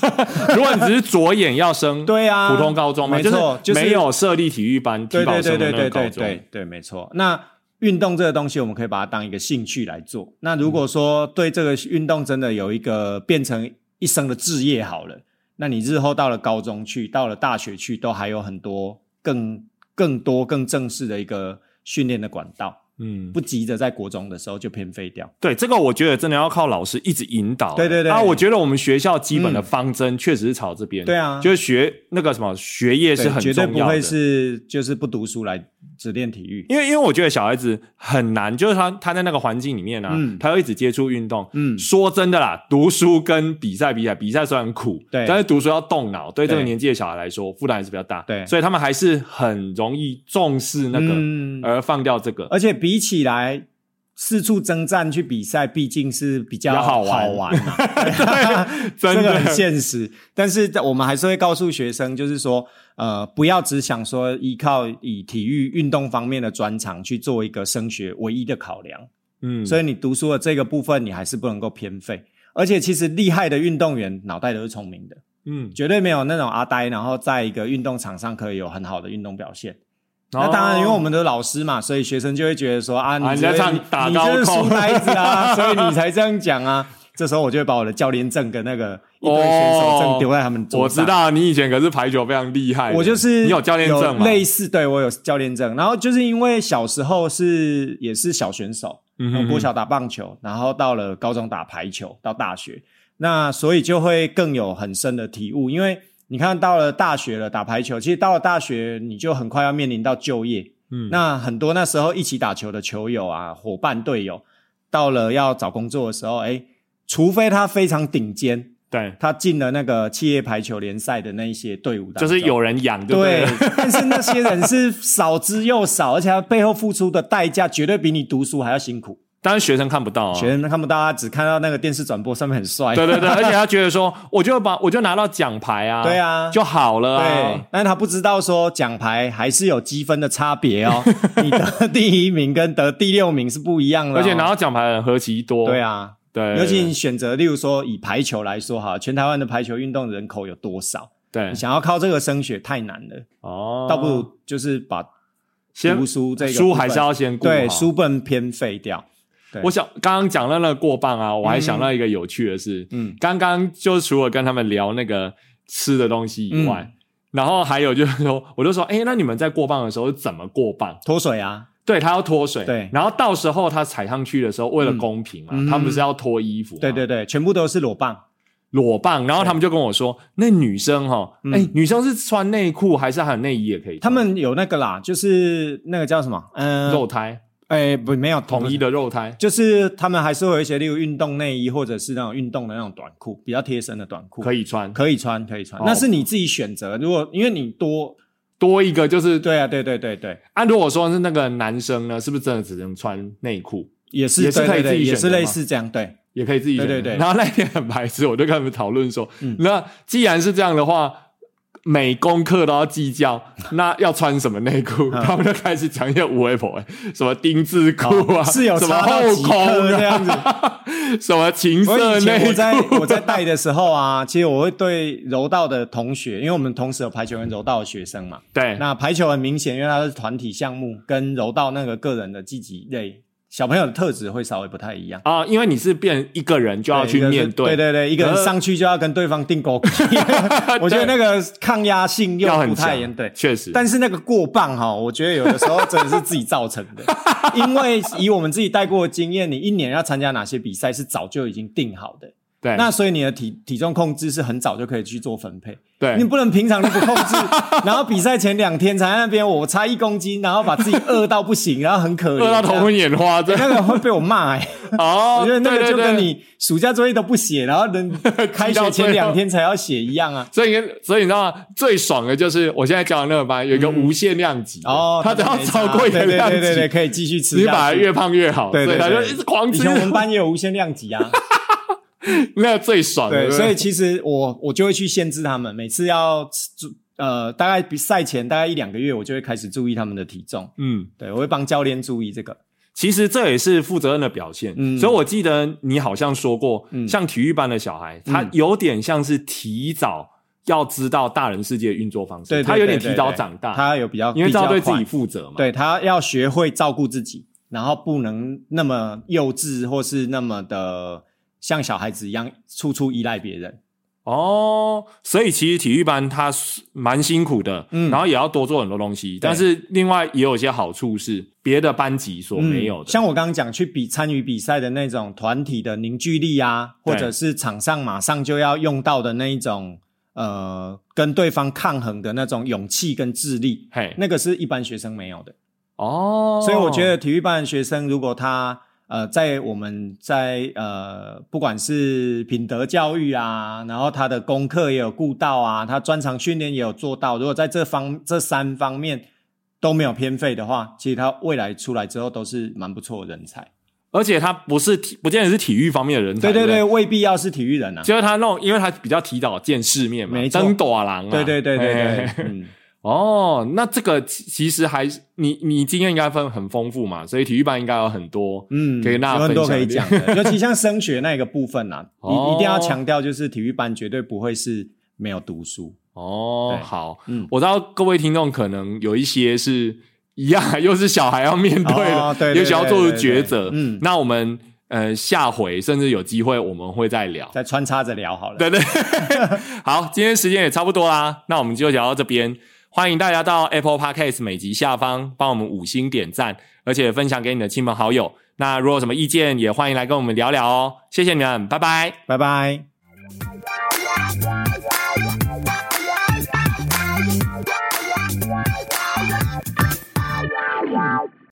[SPEAKER 1] 如果你只是着眼要升
[SPEAKER 2] 对啊，
[SPEAKER 1] 普通高中嘛，
[SPEAKER 2] 没错，
[SPEAKER 1] 就是没有设立体育班，体
[SPEAKER 2] 对
[SPEAKER 1] 保
[SPEAKER 2] 对
[SPEAKER 1] 生
[SPEAKER 2] 对
[SPEAKER 1] 的
[SPEAKER 2] 对
[SPEAKER 1] 那个
[SPEAKER 2] 对
[SPEAKER 1] 高
[SPEAKER 2] 对
[SPEAKER 1] 中，
[SPEAKER 2] 对对，没错。那运动这个东西，我们可以把它当一个兴趣来做。那如果说对这个运动真的有一个变成一生的志业好了，那你日后到了高中去，到了大学去，都还有很多更更多更正式的一个训练的管道，
[SPEAKER 1] 嗯，
[SPEAKER 2] 不急着在国中的时候就偏废掉。
[SPEAKER 1] 对，这个我觉得真的要靠老师一直引导。
[SPEAKER 2] 对对对嗯
[SPEAKER 1] 啊，我觉得我们学校基本的方针确实是朝这边。
[SPEAKER 2] 对啊
[SPEAKER 1] 就是学那个什么学业是
[SPEAKER 2] 对
[SPEAKER 1] 很
[SPEAKER 2] 绝对
[SPEAKER 1] 重
[SPEAKER 2] 不
[SPEAKER 1] 要的。
[SPEAKER 2] 会是就是不读书来只练体育。
[SPEAKER 1] 因为因为我觉得小孩子很难，就是他他在那个环境里面啊，
[SPEAKER 2] 嗯
[SPEAKER 1] 他要一直接触运动。
[SPEAKER 2] 嗯
[SPEAKER 1] 说真的啦，读书跟比赛比起来，比赛虽然苦，
[SPEAKER 2] 对
[SPEAKER 1] 但是读书要动脑，对这个
[SPEAKER 2] 对
[SPEAKER 1] 年纪的小孩来说负担还是比较大。
[SPEAKER 2] 对
[SPEAKER 1] 所以他们还是很容易重视那个，
[SPEAKER 2] 嗯
[SPEAKER 1] 而放掉这个。
[SPEAKER 2] 而且比起来四处征战去比赛，毕竟是比较
[SPEAKER 1] 比较好玩
[SPEAKER 2] 好玩嘛、 对
[SPEAKER 1] 真的
[SPEAKER 2] 这个很现实。但是我们还是会告诉学生，就是说，呃，不要只想说依靠以体育运动方面的专长去做一个升学唯一的考量。
[SPEAKER 1] 嗯，
[SPEAKER 2] 所以你读书的这个部分，你还是不能够偏废。而且其实厉害的运动员脑袋都是聪明的，
[SPEAKER 1] 嗯，
[SPEAKER 2] 绝对没有那种阿呆，然后在一个运动场上可以有很好的运动表现。那当然，因为我们的老师嘛，所以学生就会觉得说啊，
[SPEAKER 1] 啊
[SPEAKER 2] 你
[SPEAKER 1] 你在
[SPEAKER 2] 这
[SPEAKER 1] 唱打高
[SPEAKER 2] 你这是
[SPEAKER 1] 空
[SPEAKER 2] 书呆子 啊，所以你才这样讲啊。这时候我就会把我的教练证跟那个一堆选手证丢在他们
[SPEAKER 1] 哦我
[SPEAKER 2] 桌上。
[SPEAKER 1] 知，道你以前可是排球非常厉害的，
[SPEAKER 2] 我就是
[SPEAKER 1] 你有教练证吗？
[SPEAKER 2] 类似，对我有教练证。然后就是因为小时候是也是小选手，
[SPEAKER 1] 嗯
[SPEAKER 2] 我国小打棒球，然后到了高中打排球，到大学，那所以就会更有很深的体悟。因为你看到了大学了，打排球，其实到了大学你就很快要面临到就业。
[SPEAKER 1] 嗯
[SPEAKER 2] 那很多那时候一起打球的球友啊、伙伴、队友，到了要找工作的时候，哎，除非他非常顶尖，
[SPEAKER 1] 对，
[SPEAKER 2] 他进了那个企业排球联赛的那一些队伍当
[SPEAKER 1] 就
[SPEAKER 2] 中，
[SPEAKER 1] 是有人养就对
[SPEAKER 2] 对
[SPEAKER 1] 了，
[SPEAKER 2] 但是那些人是少之又少，而且他背后付出的代价绝对比你读书还要辛苦。
[SPEAKER 1] 当然学生看不到啊，
[SPEAKER 2] 学生看不到啊，只看到那个电视转播上面很帅。
[SPEAKER 1] 对对对，而且他觉得说， 我就把我就拿到奖牌啊，
[SPEAKER 2] 对啊
[SPEAKER 1] 就好了
[SPEAKER 2] 对
[SPEAKER 1] 啊。，
[SPEAKER 2] 但他不知道说奖牌还是有积分的差别哦，你得第一名跟得第六名是不一样的、哦
[SPEAKER 1] 而且拿，到奖牌的人何其多，
[SPEAKER 2] 对啊，
[SPEAKER 1] 对，
[SPEAKER 2] 尤其你选择，例如说以排球来说哈，全台湾的排球运动人口有多少？
[SPEAKER 1] 对
[SPEAKER 2] 你想要靠这个升学太难了，
[SPEAKER 1] 嗯哦，
[SPEAKER 2] 倒不如就是把
[SPEAKER 1] 先
[SPEAKER 2] 读书这个
[SPEAKER 1] 书
[SPEAKER 2] 部分
[SPEAKER 1] 还是要先顾
[SPEAKER 2] 对
[SPEAKER 1] 好
[SPEAKER 2] 书本偏废掉。对
[SPEAKER 1] 我想刚刚讲到那个过磅啊，我还想到一个有趣的事，
[SPEAKER 2] 嗯
[SPEAKER 1] 刚刚就除了跟他们聊那个吃的东西以
[SPEAKER 2] 嗯
[SPEAKER 1] 外，然后还有就是说，我就说，哎、那你们在过磅的时候是怎么过磅？
[SPEAKER 2] 脱水啊，
[SPEAKER 1] 对他要脱水，
[SPEAKER 2] 对
[SPEAKER 1] 然后到时候他踩上去的时候，为了公平嘛，
[SPEAKER 2] 嗯
[SPEAKER 1] 他们不是要脱衣服，
[SPEAKER 2] 对对，对，全部都是裸
[SPEAKER 1] 啊
[SPEAKER 2] 棒，
[SPEAKER 1] 裸棒，然后他们就跟我说，那女生哈，哎、
[SPEAKER 2] 嗯
[SPEAKER 1] 女生是穿内裤还是还有内衣也可以穿？
[SPEAKER 2] 他们有那个啦，就是那个叫什么？嗯、
[SPEAKER 1] 肉胎，
[SPEAKER 2] 哎不没有
[SPEAKER 1] 统一，的肉胎，
[SPEAKER 2] 就是他们还是会有一些，例如运动内衣或者是那种运动的那种短裤，比较贴身的短裤，
[SPEAKER 1] 可
[SPEAKER 2] 以
[SPEAKER 1] 以穿，
[SPEAKER 2] 可以穿可以穿
[SPEAKER 1] 哦，
[SPEAKER 2] 那是你自己选择。如果因为你多，
[SPEAKER 1] 多一个就是
[SPEAKER 2] 对啊对对对对，
[SPEAKER 1] 啊，如果说是那个男生呢，是不是真的只能穿内裤？
[SPEAKER 2] 也是
[SPEAKER 1] 也是
[SPEAKER 2] 对
[SPEAKER 1] 可以
[SPEAKER 2] 对对
[SPEAKER 1] 自己
[SPEAKER 2] 也
[SPEAKER 1] 选择
[SPEAKER 2] 是类
[SPEAKER 1] 嘛
[SPEAKER 2] 似这样，对，
[SPEAKER 1] 也可以自己选择。
[SPEAKER 2] 对对对
[SPEAKER 1] 然后那天很白痴，我就跟他们讨论说，
[SPEAKER 2] 嗯
[SPEAKER 1] 那既然是这样的话，每功课都要计较， 那要穿什么内裤？
[SPEAKER 2] 嗯
[SPEAKER 1] 他们就开始讲一些无微博，哎什么丁字裤啊，
[SPEAKER 2] 哦是有
[SPEAKER 1] 什么
[SPEAKER 2] 差到
[SPEAKER 1] 后
[SPEAKER 2] 几
[SPEAKER 1] 空
[SPEAKER 2] 克 这样子
[SPEAKER 1] 啊，什么情
[SPEAKER 2] 我
[SPEAKER 1] 色
[SPEAKER 2] 以前
[SPEAKER 1] 内
[SPEAKER 2] 我在
[SPEAKER 1] 裤。
[SPEAKER 2] 我在带的时候啊，其实我会对柔道的同学，因为我们同时有排球跟柔道的学生嘛。
[SPEAKER 1] 对，
[SPEAKER 2] 那排球很明显，因为它是团体项目，跟柔道那个个人的积极类，小朋友的特质会稍微不太一样。
[SPEAKER 1] 啊，因为你是变一个人就要啊去面呃
[SPEAKER 2] 对对对，一个人上去就要跟对方定 勾勾，我觉得那个抗压性又
[SPEAKER 1] 要很
[SPEAKER 2] 不太
[SPEAKER 1] 强
[SPEAKER 2] 严，对。
[SPEAKER 1] 确实，
[SPEAKER 2] 但是那个过磅哈，我觉得有的时候真的是自己造成的，因为以我们自己带过的经验，你一年要参加哪些比赛是早就已经定好的，
[SPEAKER 1] 对
[SPEAKER 2] 那所以你的体体重控制是很早就可以去做分配，
[SPEAKER 1] 对
[SPEAKER 2] 你不能平常都不控 制，然后比赛前两天才在那边我差一公斤，然后把自己饿到不行，然后很可 怜，
[SPEAKER 1] 饿到头昏眼花，这
[SPEAKER 2] 这样， 那个会被我骂哎、
[SPEAKER 1] 哦，
[SPEAKER 2] 我觉得那个
[SPEAKER 1] 对
[SPEAKER 2] 就
[SPEAKER 1] 对
[SPEAKER 2] 跟
[SPEAKER 1] 对
[SPEAKER 2] 你暑假作业都不写，然后人 开学前两天才要写一样啊。
[SPEAKER 1] 所以，所以你知道吗？最爽的就是我现在教的那个班有一个无限量级的，
[SPEAKER 2] 哦，
[SPEAKER 1] 他只要超过一个
[SPEAKER 2] 对对
[SPEAKER 1] 量级，
[SPEAKER 2] 对对对，可以继续吃
[SPEAKER 1] 你把
[SPEAKER 2] 下
[SPEAKER 1] 它
[SPEAKER 2] 去。
[SPEAKER 1] 越胖越好，
[SPEAKER 2] 对对
[SPEAKER 1] 所
[SPEAKER 2] 对
[SPEAKER 1] 以他就一直狂
[SPEAKER 2] 以
[SPEAKER 1] 吃
[SPEAKER 2] 前，我们班也有无限量级啊，
[SPEAKER 1] 那个最爽的。
[SPEAKER 2] 对，
[SPEAKER 1] 不
[SPEAKER 2] 所以其实我我就会去限制他们，每次要注呃，大概比赛前大概一两个月，我就会开始注意他们的体重，
[SPEAKER 1] 嗯，
[SPEAKER 2] 对我会帮教练注意这个。
[SPEAKER 1] 其实这也是负责任的表现。
[SPEAKER 2] 嗯
[SPEAKER 1] 所以我记得你好像说过，
[SPEAKER 2] 嗯
[SPEAKER 1] 像体育班的小孩，他有点像是提早要知道大人世界的运作方式，
[SPEAKER 2] 对，对
[SPEAKER 1] 他有点
[SPEAKER 2] 对对
[SPEAKER 1] 提早
[SPEAKER 2] 对
[SPEAKER 1] 长大，
[SPEAKER 2] 他有比较
[SPEAKER 1] 因为
[SPEAKER 2] 比
[SPEAKER 1] 他
[SPEAKER 2] 较
[SPEAKER 1] 要对自己
[SPEAKER 2] 快
[SPEAKER 1] 负责嘛。
[SPEAKER 2] 对他要学会照顾自己，然后不能那么幼稚，或是那么的像小孩子一样处处依赖别人。
[SPEAKER 1] 哦，所以其实体育班它是蛮辛苦的，
[SPEAKER 2] 嗯
[SPEAKER 1] 然后也要多做很多东西，但是另外也有一些好处是别的班级所没有
[SPEAKER 2] 嗯
[SPEAKER 1] 的。
[SPEAKER 2] 像我刚刚讲去比参与比赛的那种团体的凝聚力啊，
[SPEAKER 1] 对
[SPEAKER 2] 或者是场上马上就要用到的那一种呃，跟对方抗衡的那种勇气跟智力，
[SPEAKER 1] 嘿，
[SPEAKER 2] 那个是一般学生没有的。
[SPEAKER 1] 哦，
[SPEAKER 2] 所以我觉得体育班的学生，如果他呃在我们在呃不管是品德教育啊，然后他的功课也有顾到啊，他专长训练也有做到，如果在这方这三方面都没有偏废的话，其实他未来出来之后都是蛮不错的人才。
[SPEAKER 1] 而且他不是体，不见得是体育方面的人才，
[SPEAKER 2] 对
[SPEAKER 1] 对
[SPEAKER 2] 对
[SPEAKER 1] 不
[SPEAKER 2] 对，
[SPEAKER 1] 对，
[SPEAKER 2] 未必要是体育人啊。
[SPEAKER 1] 就是他那种，因为他比较提早见世面嘛，
[SPEAKER 2] 没错
[SPEAKER 1] 登短郎啊，
[SPEAKER 2] 对对对对
[SPEAKER 1] 嘿
[SPEAKER 2] 对
[SPEAKER 1] 嘿，嘿
[SPEAKER 2] 嗯，
[SPEAKER 1] 哦，那这个其其实还是你你经验应该分很丰富嘛，所以体育班应该有很多
[SPEAKER 2] 嗯，
[SPEAKER 1] 可以跟大家
[SPEAKER 2] 有很多
[SPEAKER 1] 分享
[SPEAKER 2] 可以
[SPEAKER 1] 一点
[SPEAKER 2] 讲的，尤其像升学那个部分啊，一、
[SPEAKER 1] 哦
[SPEAKER 2] 一定要强调，就是体育班绝对不会是没有读书，
[SPEAKER 1] 哦，
[SPEAKER 2] 对
[SPEAKER 1] 好，
[SPEAKER 2] 嗯，
[SPEAKER 1] 我知道各位听众可能有一些是一样， 又是小孩要面对的，
[SPEAKER 2] 哦对对
[SPEAKER 1] 也许要做出抉择。
[SPEAKER 2] 对对对嗯
[SPEAKER 1] 那我们呃下回甚至有机会我们会再 聊。
[SPEAKER 2] 再穿插着聊好了。
[SPEAKER 1] 对对，对 好，今天时间也差不多啦，那我们就聊到这边。欢迎大家到 Apple Podcast 每集下方帮我们五星点赞，而且分享给你的亲朋好友。那如果有什么意见，也欢迎来跟我们聊聊哦。谢谢你们，拜拜。
[SPEAKER 2] 拜拜。